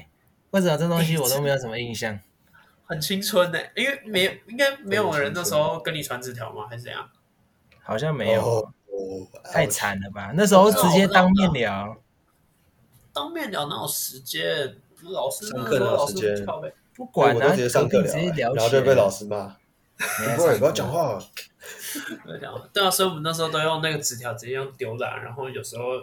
A: 为什么这东西我都没有什么印象？
C: 很青春呢、因为没有，应该没有人那时候跟你传纸条吗？还是怎样？
A: 好像 没有
B: 哦，，哦
A: 太，惨了吧？那时候直接当面聊，
C: 当面聊哪有时间？老师
B: 上课哪有
C: 老师
B: 时间
C: 很靠背
A: 不
B: 我
A: 管
B: 都
A: 啊，
B: 直接上课
A: 隔壁直接
B: 聊，
A: 聊
B: 然
A: 起
B: 后
A: 来，
B: 就被老师骂，
C: 呃
A: 没在上课
B: 不然不要讲，话，
C: 对啊，对啊，所以我们那时候都用那个纸条直接用丢的啊、然后有时候，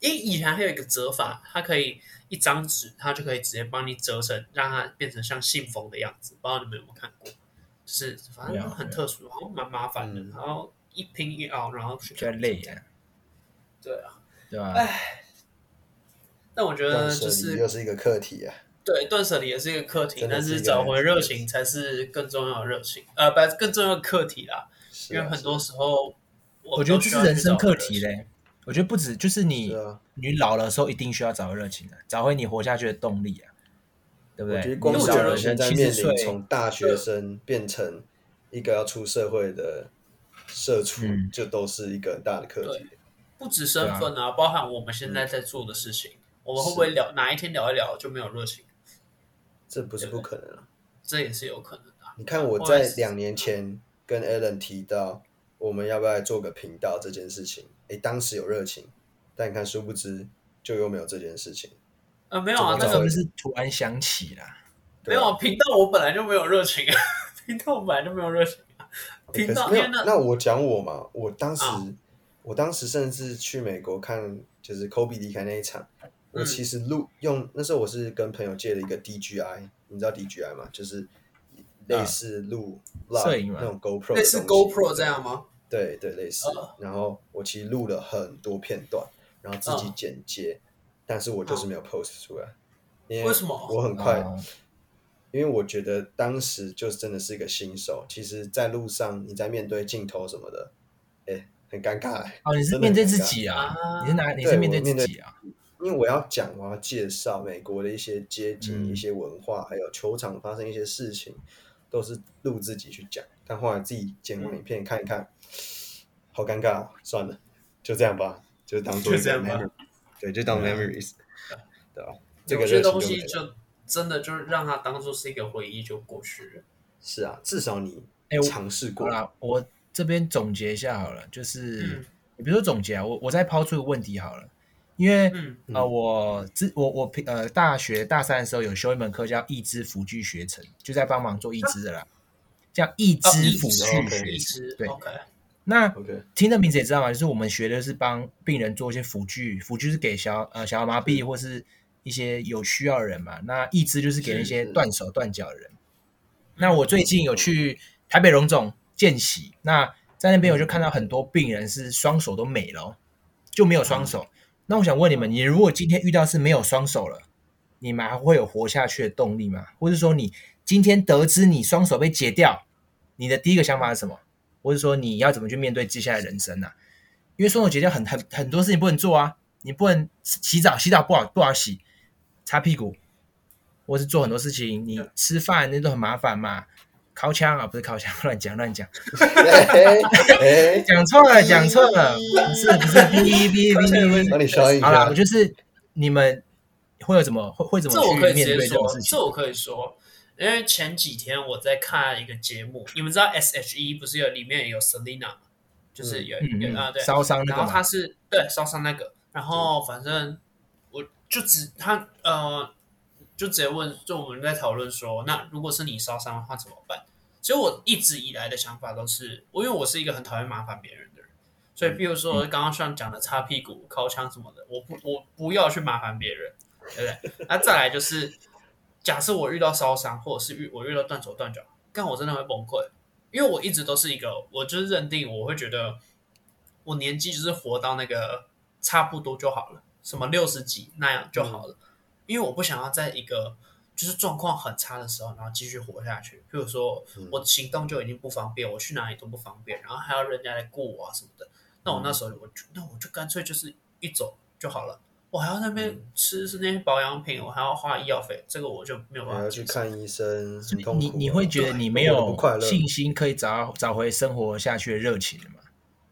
C: 因为以前还有一个折法，它可以一张纸，它就可以直接帮你折成，让它变成像信封的样子。不知道你们有没有看过？就是反正很特殊，好像蛮麻烦的，
B: 嗯
C: 然后一拼一凹，然后去
A: 比较累啊，
C: 对啊，
A: 对吧？
C: 但我觉得
B: 断舍
C: 呃就
B: 离
C: 是
B: 又是一个课题啊，
C: 对，断舍离也是一个课题，
B: 真的
C: 但
B: 是一个
C: 是找回热情才是更重要的热情，呃，不，更重要的课题啦。
B: 是
C: 因
B: 啊
C: 为很多时候，
A: 我
C: 我
A: 觉得
C: 都
A: 这
C: 需
A: 是
C: 要
A: 人
C: 去
A: 生
C: 找
A: 课
C: 热
A: 题
C: 情。
A: 嘞。我觉得不止，就是你
B: 是啊，
A: 你老了的时候一定需要找回热情的，找回你活下去的动力啊，对不
B: 我
A: 对？
B: 觉得光
A: 你
B: 是
A: 老
B: 我
A: 了
B: 们现在
A: 七
B: 面
A: 十岁
B: 临，从大学生变成一个要出社会的社畜
A: 嗯，
B: 就都是一个很大的课题。
C: 不止身份啊，包含我们
B: 嗯
C: 现在在做的事情，我们会不会聊哪一天聊一聊就没有热情？
B: 这不是不可能啊！
C: 这也是有可能的啊、
B: 你看我
C: 后来
B: 在
C: 是
B: 两年前跟 Alan 提到我们要不要来做个频道这件事情，诶，当时有热情，但你看殊不知就又没有这件事情。
C: 呃，没有啊，
B: 怎
A: 是
B: 么找
C: 那个
A: 不是突然想起啦？
B: 对
C: 没有
B: 吧
C: 啊，频道，我本来就没有热情啊， 频道我本来就没有热情啊，
B: 欸
C: 频
B: 可
C: 道
B: 是没
C: 因
B: 有
C: 为，那
B: 那我讲我嘛，我当时、
C: 啊
B: 我当时甚至去美国看，就是科比离开那一场，
C: 嗯
B: 我其实录用那时候我是跟朋友借了一个 DJI，你知道 DJI 吗？就是
C: 啊
B: 类似录 vlog
A: 摄影嘛
B: 那种 GoPro，
C: 类似
B: 的东西
C: GoPro 这样吗？
B: 对对，类似。
C: 啊
B: 然后我其实录了很多片段，然后自己
C: 啊
B: 剪接，但是我就是没有 post 出来。因
C: 为什么
B: 我很快，
A: 哦
B: 因为我觉得当时就真的是一个新手。其实，在路上你在面对镜头什么的，哎，很尴尬、欸。
A: 哦，你是
B: 真的
A: 面对
B: 很
A: 自
B: 尴尬
A: 己啊
C: 啊？
A: 你是哪？你
B: 对
A: 是面
B: 我
A: 对自
B: 面对
A: 己啊？
B: 因为我要讲，我要介绍美国的一些街景、
A: 嗯
B: 一些文化，还有球场发生一些事情，都是录自己去讲。但后来自己剪
C: 嗯
B: 完影片看一看，好尴尬、哦，算了，就这样吧，就当做
C: 就这样吧啊
B: 对，就当 memories，对吧？这个
C: 有些
B: 热情
C: 东
B: 就
C: 西
B: 没了
C: 就真的就是让它当做是一个回忆就过去了。
B: 是啊，至少你
A: 哎我
B: 尝试
A: 好
B: 过，
A: 啦，我这边总结一下好了，就是、
C: 嗯
A: 也不是说总结啊，我我再抛出一个问题好了，因为、
C: 嗯
A: 呃，我之我我平呃大学大三的时候有修一门课叫义肢辅具学程，就在帮忙做义肢的啦，叫义
C: 啊哦
A: 肢
C: 义
A: 辅
C: 肢
A: 具学
C: 一
A: 程。
C: 直
A: 对
C: OK，
A: 那
B: OK，
A: 听这名字也知道嘛，就是我们学的是帮病人做一些辅具，辅具是给小呃小儿麻痹或是一些有需要的人嘛。那义肢就是给那些
B: 是
A: 断手断脚的人。那我最近有去台北荣总见习，那在那边我就看到很多病人是双手都没了哦，就没有双手。
B: 嗯
A: 那我想问你们，你如果今天遇到是没有双手了，你们还会有活下去的动力吗？或者说你今天得知你双手被截掉，你的第一个想法是什么？或者说你要怎么去面对接下来的人生啊？因为双手截掉很很很多事情不能做啊，你不能洗澡，洗澡不好不好洗，擦屁股，或是做很多事情，你吃饭那都很麻烦嘛。烤枪啊，不是烤枪， 乱讲乱讲，
B: 哎哎，
A: 讲错了，讲错了，不是不是，哔哔哔哔
B: 帮你消音一
A: 哔。好啦，
B: 下
A: 我，就是你们会有怎么会会怎
C: 这
A: 么
C: 我
A: 去
C: 可以
A: 面
C: 直接啊
A: 对这种事，
C: 说这
A: 情？
C: 我可以说，因为前几天我在看一个节目，你们知道 S.H.E 不是有里面有 Selina 吗？就是有
A: 嗯
C: 有啊，
A: 嗯，
C: 对，
A: 烧伤那
C: 然
A: 个
C: 后他
A: 嘛，
C: 是对烧伤那个，然后反正我就只他呃，就直接问，就我们在讨论说，那如果是你烧伤的话怎么办？所以我一直以来的想法都是，我因为我是一个很讨厌麻烦别人的人，所
A: 嗯
C: 以比如说刚刚像讲的擦屁股、靠枪什么的，我不我不要去麻烦别人，对不对？那再来就是，假设我遇到烧伤，或者是遇我遇到断手断脚，但我真的会崩溃，因为我一直都是一个，我就是认定我会觉得我年纪就是活到那个差不多就好了，什么六十几那样就好了，因为我不想要在一个就是状况很差的时候，然后继续活下去。比如说
B: 嗯
C: 我行动就已经不方便，我去哪里都不方便，然后还要人家来顾我啊什么的。那我那时候我就那我就干脆就是一走就好了。我还要在那边
B: 嗯
C: 吃是那些保养品，我还要花医药费，这个我就没有办
B: 还
C: 法
B: 要去
C: 接受。
B: 看医生，很
A: 你
B: 痛苦
A: 你
B: 啊
A: 你会觉得你没
B: 我不
A: 有
B: 快乐
A: 信心可以找找回生活下去的热情了嘛？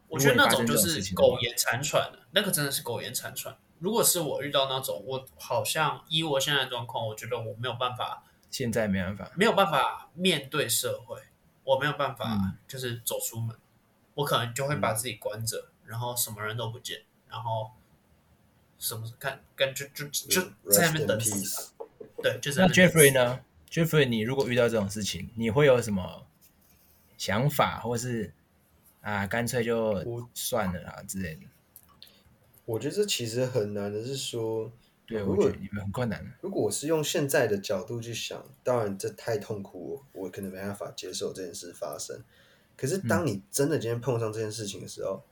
C: 我觉得那种就
A: 如果你发生这种事
C: 是
A: 情的话
C: 苟延残喘的，那个真的是苟延残喘。如果是我遇到那种，我好像以我现在的状况，我觉得我没有办法，
A: 现在没办法，
C: 没有办法面对社会，我没有办法
A: 嗯
C: 就是走出门，我可能就会把自己关着，然后什么人都不见，然后什么看跟就就就
B: 嗯
C: 在那
B: rest
C: 边
B: in
C: 等
B: peace
C: 死。对，就是
A: 那 Jeffrey 呢？Jeffrey，你如果遇到这种事情，你会有什么想法，或是啊，干脆就
B: 我
A: 算了啦之类的？
B: 我觉得这其实很难的，是说，
A: 对，
B: 如
A: 我
B: 果
A: 觉得你们很困难。
B: 如果我是用现在的角度去想，当然这太痛苦我，我可能没办法接受这件事发生。可是
A: 嗯
B: 当你真的今天碰上这件事情的时候，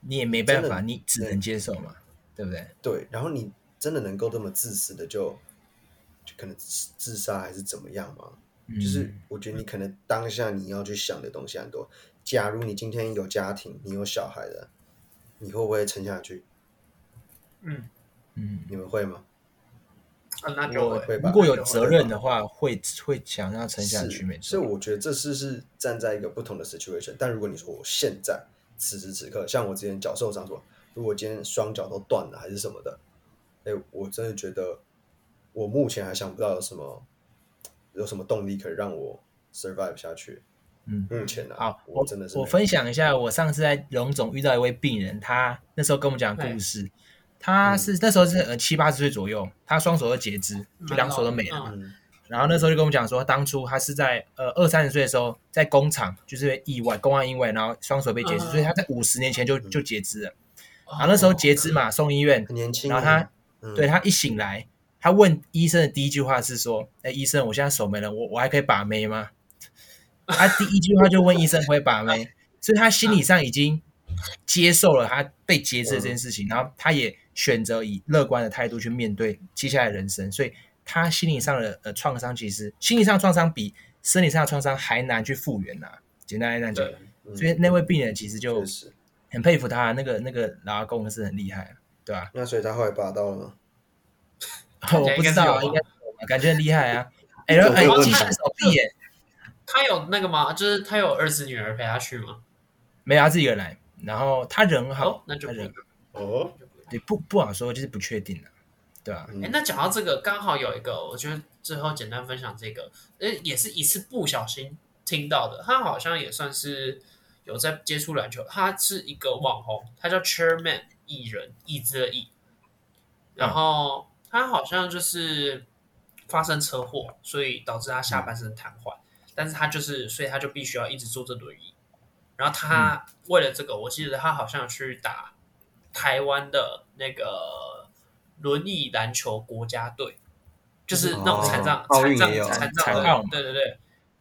A: 你也没办法，
B: 真的
A: 你只能接受嘛，对不对？
B: 对，然后你真的能够这么自私的就就可能自自杀还是怎么样吗？
A: 嗯
B: 就是我觉得你可能当下你要去想的东西很多。假如你今天有家庭，你有小孩的，你会不会撑下去？
C: 嗯，
A: 嗯，
B: 你们会吗？
C: 啊那就
B: 我会
C: 会
B: 吧
A: 如果有责任的话，会会想要撑下
B: 是，
A: 去，没
B: 所以
A: 错。
B: 我觉得这是是站在一个不同的 situation。但如果你说我现在此时此刻，像我之前脚受伤说，如果今天双脚都断了还是什么的，哎、我真的觉得我目前还想不到有什么有什么动力可以让我 survive 下去。
A: 嗯，
B: 目前啊，
A: 好，
B: 我
A: 我
B: 真的是
A: 我
B: 没有
A: 分享一下，我上次在荣总遇到一位病人，他那时候跟我们讲故事，
B: 嗯
A: 他是那时候是呃七八十岁左右，他双手都截肢，就两手都没了嘛。
B: 嗯
A: 然后那时候就跟我们讲说，当初他是在呃二三十岁的时候，在工厂就是意外，工安意外，然后双手被截肢，
C: 嗯
A: 所以他在五十年前就就截肢了。
C: 然
A: 然啊后那时候截肢嘛，送医院，
B: 很年轻啊，
A: 然后他
B: 嗯
A: 对他一醒来，他问医生的第一句话是说：“哎，医生，我现在手没了，我我还可以把妹吗？” 他第一句话就问医生会不会把妹，所以他心理上已经接受了他被截肢的这件事情，然后他也选择以乐观的态度去面对接下来的人生，所以他心理上的呃创伤，其实心理上的创伤比生理上的创伤还难去复原呐、简单来讲，
C: 对，
B: 嗯
A: 所以那位病人其实就
B: 确实。
A: 很佩服他，那个那个老阿公是很厉害啊，对吧、
B: 那所以他后来拔到了吗？
A: 我不知道啊，
C: 应
A: 应
C: 该
A: 该感觉很厉害啊。哎，然后
D: 有没
A: 哎
D: 有，问
A: 鸡
D: 题
A: 蛋手臂耶，
C: 他有那个吗？就是他有儿子女儿陪他去吗？
A: 没有他自己人来，然后他人好
C: 哦，，那就
A: 他
C: 不一
A: 人
C: 样。
B: 哦，
A: 对不不好说，就是不确定啊，对吧、
C: 哎、那讲到这个，刚好有一个，我觉得最后简单分享这个，呃，也是一次不小心听到的。他好像也算是有在接触篮球，他是一个网红，他叫 Chairman 艺人，义字的义。然后他好像就是发生车祸，所以导致他下半身瘫痪，但是他就是，所以他就必须要一直坐着轮椅。然后他为了这个，我记得他好像去打台湾的那个轮椅篮球国家队，就是那种残障、
D: 哦奥
C: 残
D: 运
C: 障、
D: 也有
C: 残
A: 残
C: 障
A: 奥
C: 的
A: 嘛，
C: 对对对。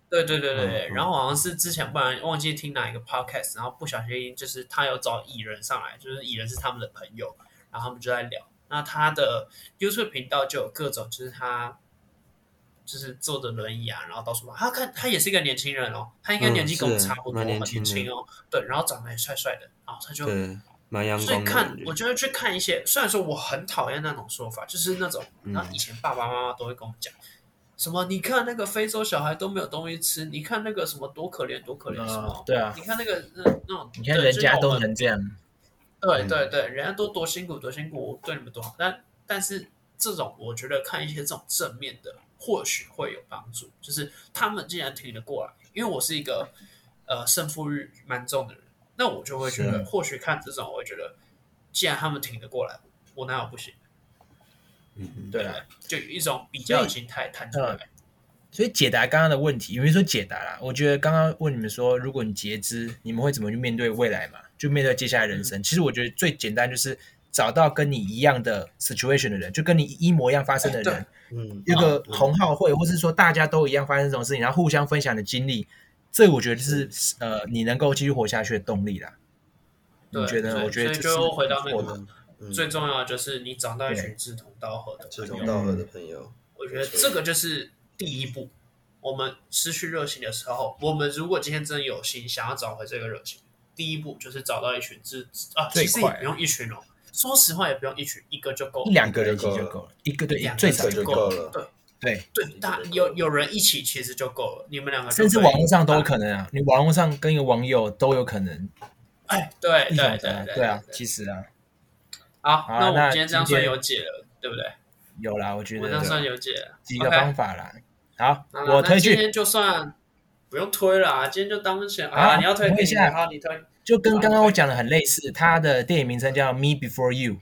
C: 对对对对对，
D: 嗯嗯
C: 然后好像是之前不然忘记听哪一个 podcast，然后不小心就是他有找蚁人上来，就是蚁人是他们的朋友，然后他们就在聊。那他的 YouTube 频道就有各种，就是他就是坐着轮椅啊，然后到处跑。他看他也是一个年轻人哦，他应该
D: 嗯
C: 年纪跟我们
D: 是
C: 差不多，
D: 蛮
C: 很
D: 年轻
C: 年
D: 的
C: 轻哦。对，然后长得也帅帅的，然后他就
D: 对，蛮阳
C: 所以
D: 光的
C: 看
D: 感觉，
C: 我觉得去看一些，虽然说我很讨厌那种说法，就是那种，
D: 嗯
C: 然后以前爸爸妈妈都会跟我讲。什么？你看那个非洲小孩都没有东西吃，你看那个什么多可怜，多可怜什么
A: 啊？对啊，
C: 你看那个那那种，
A: 你看
C: 对
A: 人
C: 就是
A: 家
C: 我
A: 都
C: 们
A: 能这样，
C: 对
D: 嗯
C: 对对，人家都多辛苦多辛苦，我对你们多好。但但是这种，我觉得看一些这种正面的，或许会有帮助。就是他们竟然挺得过来，因为我是一个呃胜负欲蛮重的人，那我就会觉
A: 是
C: 得，或许看这种，我会觉得，既然他们挺得过来，我哪有不行？
D: 嗯
A: 对啊。嗯
C: 就有一种比较的心态谈出来。
A: 所以解答刚刚的问题，也没说解答啦。我觉得刚刚问你们说，如果你截肢，你们会怎么去面对未来嘛？就面对接下来人
C: 嗯
A: 生。其实我觉得最简单就是找到跟你一样的 situation 的人，就跟你一模一样发生的
C: 哎
A: 人，
B: 嗯，
A: 有
C: 啊
A: 个同好会，或是说大家都一样发生这种事情，然后互相分享你的经历，这我觉得是呃你能够继续活下去的动力啦。
C: 对，
A: 你觉
C: 所
A: 得？
C: 以
A: 我觉得
C: 所以
A: 这是
C: 就回到那
A: 不错
C: 个
A: 的
B: 嗯
C: 最重要的就是你找到一群志同道合的
B: 志
C: 朋
B: 同。
C: 友
B: 道合的朋友，
C: 我觉得这个就是第一步。我们失去热情的时候，我们如果今天真的有心想要找回这个热情，第一步就是找到一群志啊，
A: 最
C: 其实也
A: 快
C: 不用一群哦，说实话也不用一群，一个就够
A: 一
C: 了。
A: 两个人其实就够了，一个对
C: 两个
A: 最
C: 这
A: 少
B: 这
C: 个
A: 就
B: 就
A: 够了，
B: 够了。
A: 对，
C: 对，大有有人一起其实就够了。你们两个啊就
A: 甚至
C: 可以
A: 网络上都有可能啊，你网络上跟一个网友都有可能
C: 哎，对
A: 一
C: 对
A: 种
C: 对
A: 的，
C: 对
A: 对啊，其实啊，
C: 好，
A: 好啊
C: 那我
A: 那
C: 们今天这样
A: 今
C: 算
A: 天
C: 有解了，对不对？
A: 有啦，我觉
C: 我们这样
A: 得
C: 算有解了。
A: 几个
C: OK
A: 方法啦。好，
C: 好啦
A: 我
C: 那
A: 推
C: 今
A: 去，
C: 天就算不用推了啊，今天就当前
A: 好
C: 啊，你要推
A: 我
C: 给
A: 一
C: 你
A: 下
C: 的，好，你推。
A: 就跟刚刚我讲的很类似，它的电影名称叫《Me Before You》，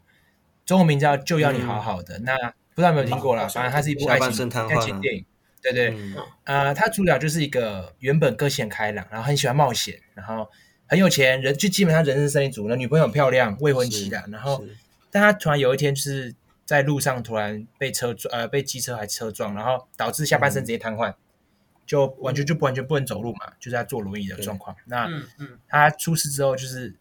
A: 中文名叫《就要你好好的》。那不知道有没有听过啦，
C: 嗯
A: 反正它是一部
D: 嗯下
A: 爱
D: 半
A: 情
D: 身瘫痪
A: 爱情
D: 啊
A: 电影。对对，
D: 嗯
A: 呃，他主角就是一个原本个性很开朗，然后很喜欢冒险，然后很有钱，人就基本上人生胜利组，那女朋友很漂亮，未婚妻的，然后
D: 是
A: 但他突然有一天就是在路上突然被车撞，呃，被机车还车撞，然后导致下半身直接瘫痪，就完
D: 嗯
A: 全就完全不能走路嘛，就是他坐轮椅的状况。那
C: 嗯嗯，
A: 他出事之后就是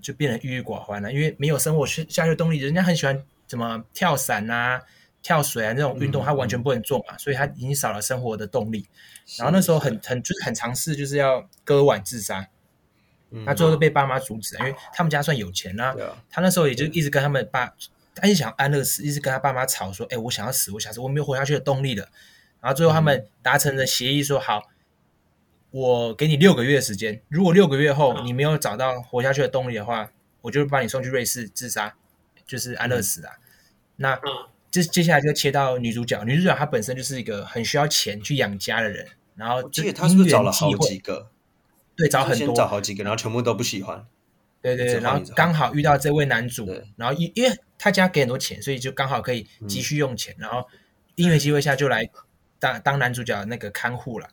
A: 就变得郁郁寡欢了，因为没有生活去下去的动力。人家很喜欢怎么跳伞啊、跳水啊那种运
D: 嗯
A: 动，他完全不能做嘛，所以他已经少了生活的动力。然后那时候很很就是很尝试就是要割腕自杀，
D: 嗯
A: 他最后都被爸妈阻止了，因为他们家算有钱啦、
D: 对啊
A: 他那时候也就一直跟他们爸，他一直想安乐死，一直跟他爸妈吵说：“哎、我想要死，我想死，我没有活下去的动力了。”然后最后他
D: 嗯
A: 们达成了协议说，好，我给你六个月的时间，如果六个月后
C: 嗯
A: 你没有找到活下去的动力的话，我就把你送去瑞士自杀，就是安
D: 嗯
A: 乐死啊。那
C: 嗯
A: 接接下来就切到女主角，女主角她本身就是一个很需要钱去养家的人，然后
D: 我
A: 就
D: 记得他是不
A: 因
D: 是找
A: 缘
D: 了
A: 际
D: 好
A: 会
D: 几个？
A: 对找
D: 他
A: 很
D: 先
A: 多
D: 找好几个，然后全部都不喜欢。
A: 对对
D: 一直
A: 对，
D: 换
A: 然后
D: 一直换
A: 刚好遇到这位男主
D: 对，
A: 然后因因为他家给很多钱，所以就刚好可以急需用
D: 嗯
A: 钱，然后因缘机会下就来当当男主角那个看护了。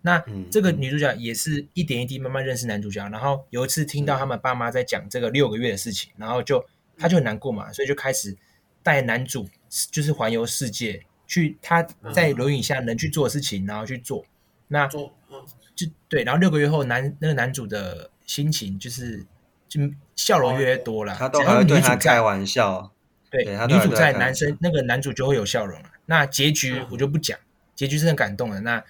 A: 那
D: 嗯
A: 这个女主角也是一点一滴慢慢认识男主角，然后有一次听到他们爸妈在讲这个六个月的事情，然后就她就很难过
D: 嗯
A: 嘛，所以就开始带男主就是环游世界，去他在
D: 嗯
A: 轮椅下能去做的事情，然后去做。那
C: 做嗯
A: 就对，然后六个月后男那个男主的心情就是就笑容越来越多了，
D: 哦他都
A: 只要
D: 还会
A: 女
D: 对
A: 主
D: 他
A: 在
D: 开玩笑，
A: 对，
D: 对他
A: 女
D: 当然
A: 主
D: 都
A: 在，
D: 在看
A: 男生那个男主就会有笑容了。那结局
C: 嗯
A: 我就不讲，结局是很感动的。那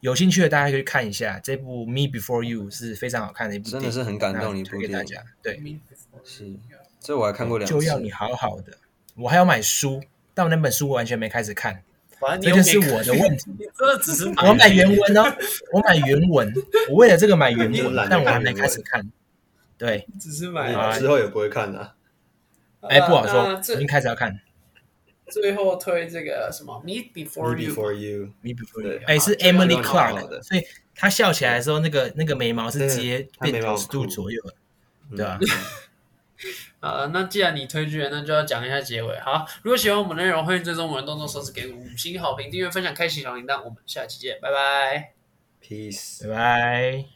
A: 有兴趣的大家可以看一下这部《Me Before You》是非常好看的一部电
D: 真
A: 影，
D: 的是很感
A: 那
D: 动的一
A: 推
D: 部
A: 给大
D: 电影
A: 家。对，
D: 是，这我还看过两
A: 就要你
D: 次。
A: 好好的。我还要买书，但我那本书完全没开始看，
C: 反正你
A: 这
C: 又
A: 就是
C: 没
A: 我 的问题。
C: 你真的只是
A: 我买原文哦，我买原文，我为了这个买原
B: 你
A: 文
B: 懒，得
A: 但我
B: 看
A: 还没
B: 原文
A: 开始看。对，
C: 只是买而
A: 啊
B: 哎你之后也不会看的、
C: 已。
A: 哎，不好
C: 呃那
A: 说，
C: 那
A: 已
C: 最
A: 经开始要看《
C: 最后推这个什么 Meet Before
B: Me
C: You，
B: before you，
A: Me Before
B: 对
A: You》。哎，是
C: 这个
A: Emily
B: 要好好
A: Clark，
B: 的
A: 所以她笑起来的时候，那个那个眉毛是
B: 对
A: 直接
B: 她
A: 变
B: 眉毛
A: 九十度
B: 酷
A: 左右的，
B: 嗯
A: 对啊，
C: 啊，那既然你推剧了，那就要讲一下结尾。好，如果喜欢我们的内容，欢迎追踪我们的动动手指给五星好评、订阅、分享、开启小铃铛。我们下期见，拜拜。
D: Peace。
A: 拜拜。